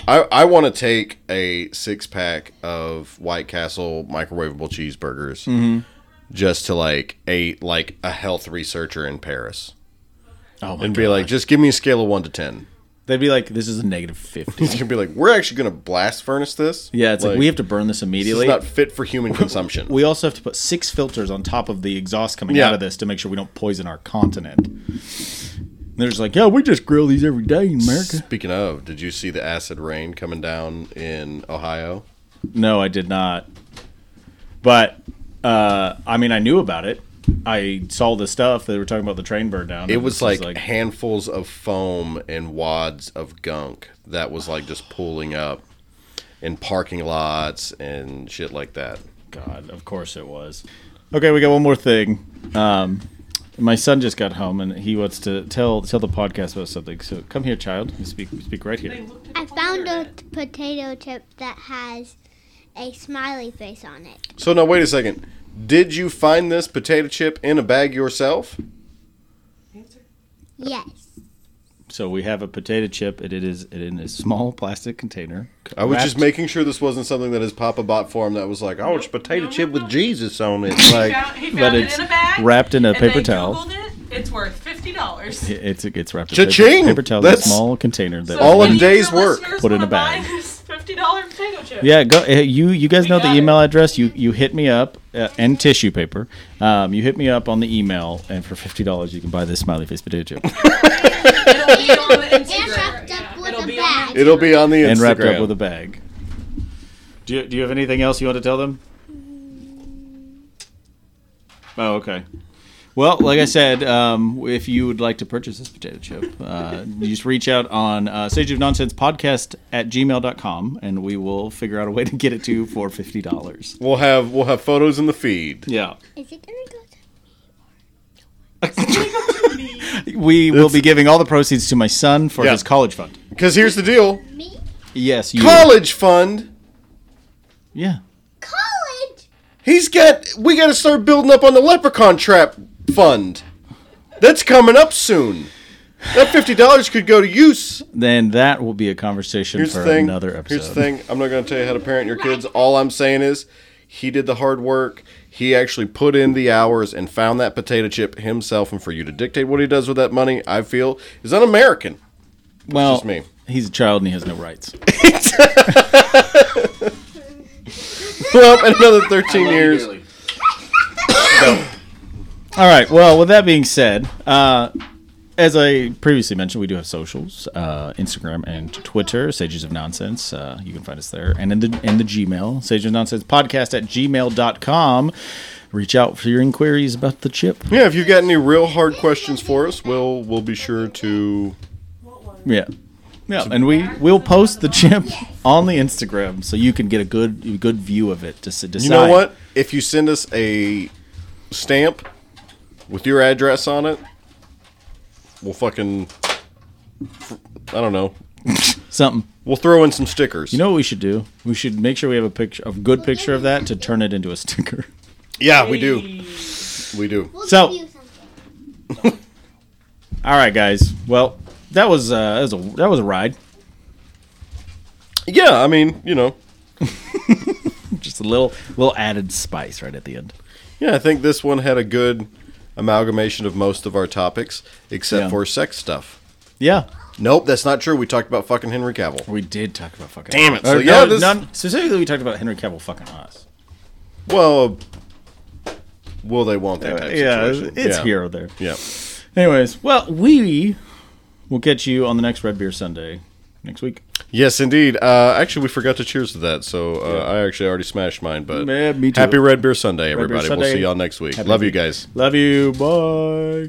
B: I, I want to take a six pack of White Castle microwavable cheeseburgers
A: Mm-hmm.
B: just to like a like a health researcher in Paris
A: Oh my
B: and
A: god.
B: be like, just give me a scale of one to ten.
A: They'd be like, this is a negative fifty.
B: You can be like, we're actually gonna blast furnace this.
A: yeah, it's like, we have to burn this
B: This
A: immediately.
B: is not fit for human consumption.
A: we also have to put six filters on top of the exhaust coming
B: Yeah.
A: out of this to make sure we don't poison our continent. And they're just like, yeah, we just grill these every day in America.
B: Speaking of, did you see the acid rain coming down in Ohio?
A: No, I did not. But uh, I mean, I knew about it. I saw the stuff they were talking about the train burn down.
B: It
A: and
B: was
A: it's
B: like,
A: just
B: handfuls of foam and wads of gunk that was like just pooling up in parking lots and shit like that.
A: God, of course it was. Okay, we got one more thing. Um, my son just got home and he wants to tell tell the podcast about something. So come here, child. You speak speak right here.
D: I found a t- potato chip that has a smiley face on it.
B: So now wait a second. Did you find this potato chip in a bag yourself?
D: Yes.
A: So we have a potato chip. and It is it in a small plastic container.
B: I was
A: wrapped-
B: just making sure this wasn't something that his papa bought for him that was like, oh, it's potato chip with Jesus on it. Like,
E: found, he
A: But
E: found it
A: it's
E: in a bag.
A: wrapped in a
E: and
A: paper
E: they
A: towel.
E: Googled It, it's worth fifty dollars.
A: It- It's it gets wrapped in
B: Cha-ching!
A: paper, paper towel. That's a
B: That's-
A: small container. That
B: all in a day's work.
A: Put in a bag.
E: Fifty dollar potato chip.
A: Yeah, go. eh, You you guys
E: We
A: know the
E: got
A: email address. You you hit me up uh, and tissue paper. Um, you hit me up on the email, and for fifty dollars, you can buy this smiley face potato chip
E: It'll be on the
D: And
E: Instagram.
D: wrapped up with
E: It'll
D: a
E: be on
D: bag.
B: it'll be on the Instagram.
A: and wrapped up with a bag. Do you, do you have anything else you want to tell them? Oh, okay. Well, like I said, um, if you would like to purchase this potato chip, uh, you just reach out on uh, Sage of Nonsense podcast at gmail.com and we will figure out a way to get it to you for $50.
B: We'll have we'll have photos in the feed.
A: Yeah.
D: Is it gonna go to
A: We will be giving all the proceeds to my son for
B: Yeah.
A: his college fund.
B: Because here's the deal:
D: me?
A: Yes, you.
B: college fund.
A: Yeah.
D: College?
B: He's got. We got to start building up on the leprechaun trap fund. That's coming up soon. That fifty dollars could go to use.
A: Then that will be a conversation
B: Here's
A: for
B: the thing.
A: another episode.
B: Here's the thing. I'm not going to tell you how to parent your kids. All I'm saying is, he did the hard work. He actually put in the hours and found that potato chip himself. And for you to dictate what he does with that money, I feel is un-American.
A: Well,
B: just me.
A: he's a child and he has no rights.
B: Well, in another 13 years.
A: All right. Well, with that being said, uh, as I previously mentioned, we do have socials: uh, Instagram and Twitter. Sages of Nonsense. Uh, you can find us there, and in the in the Gmail, Sages of Nonsense Podcast at gmail.com. Reach out for your inquiries about the chip.
B: Yeah, if you've got any real hard questions for us, we'll we'll be sure to.
A: Yeah. Yeah, and we will post the chip on the Instagram, so you can get a good a good view of it to s- decide.
B: You know what? If you send us a stamp with your address on it, we'll fucking. I don't know.
A: Something.
B: We'll throw in some stickers.
A: You know what we should do? We should make sure we have a picture, a good picture of that, to turn it into a sticker.
B: Yeah, we do. We do.
D: We'll
A: So-
D: give you something.
A: All right, guys. Well, that was uh, that was a that was a ride.
B: Yeah, I mean, you know.
A: Just a little little added spice right at the end.
B: Yeah, I think this one had a good amalgamation of most of our topics, except
A: Yeah.
B: for sex stuff.
A: Yeah,
B: Nope, that's not true. We talked about fucking Henry Cavill.
A: we did talk about fucking.
B: Damn it.
A: Or
B: So,
A: no,
B: yeah, this-
A: none- specifically we talked about Henry Cavill fucking us.
B: Well, will they want that type of
A: Uh, yeah,
B: situation?
A: it's
B: yeah.
A: here or there.
B: Yeah.
A: Anyways, well, we will catch you on the next Red Beer Sunday next week.
B: Yes, indeed. Uh, actually, we forgot to cheers to that, so uh, I actually already smashed mine. But
A: Yeah, me too.
B: happy Red Beer Sunday,
A: Beer
B: everybody.
A: Sunday.
B: We'll see y'all next week.
A: Happy
B: Love you
A: Red-
B: guys.
A: Love you. Bye.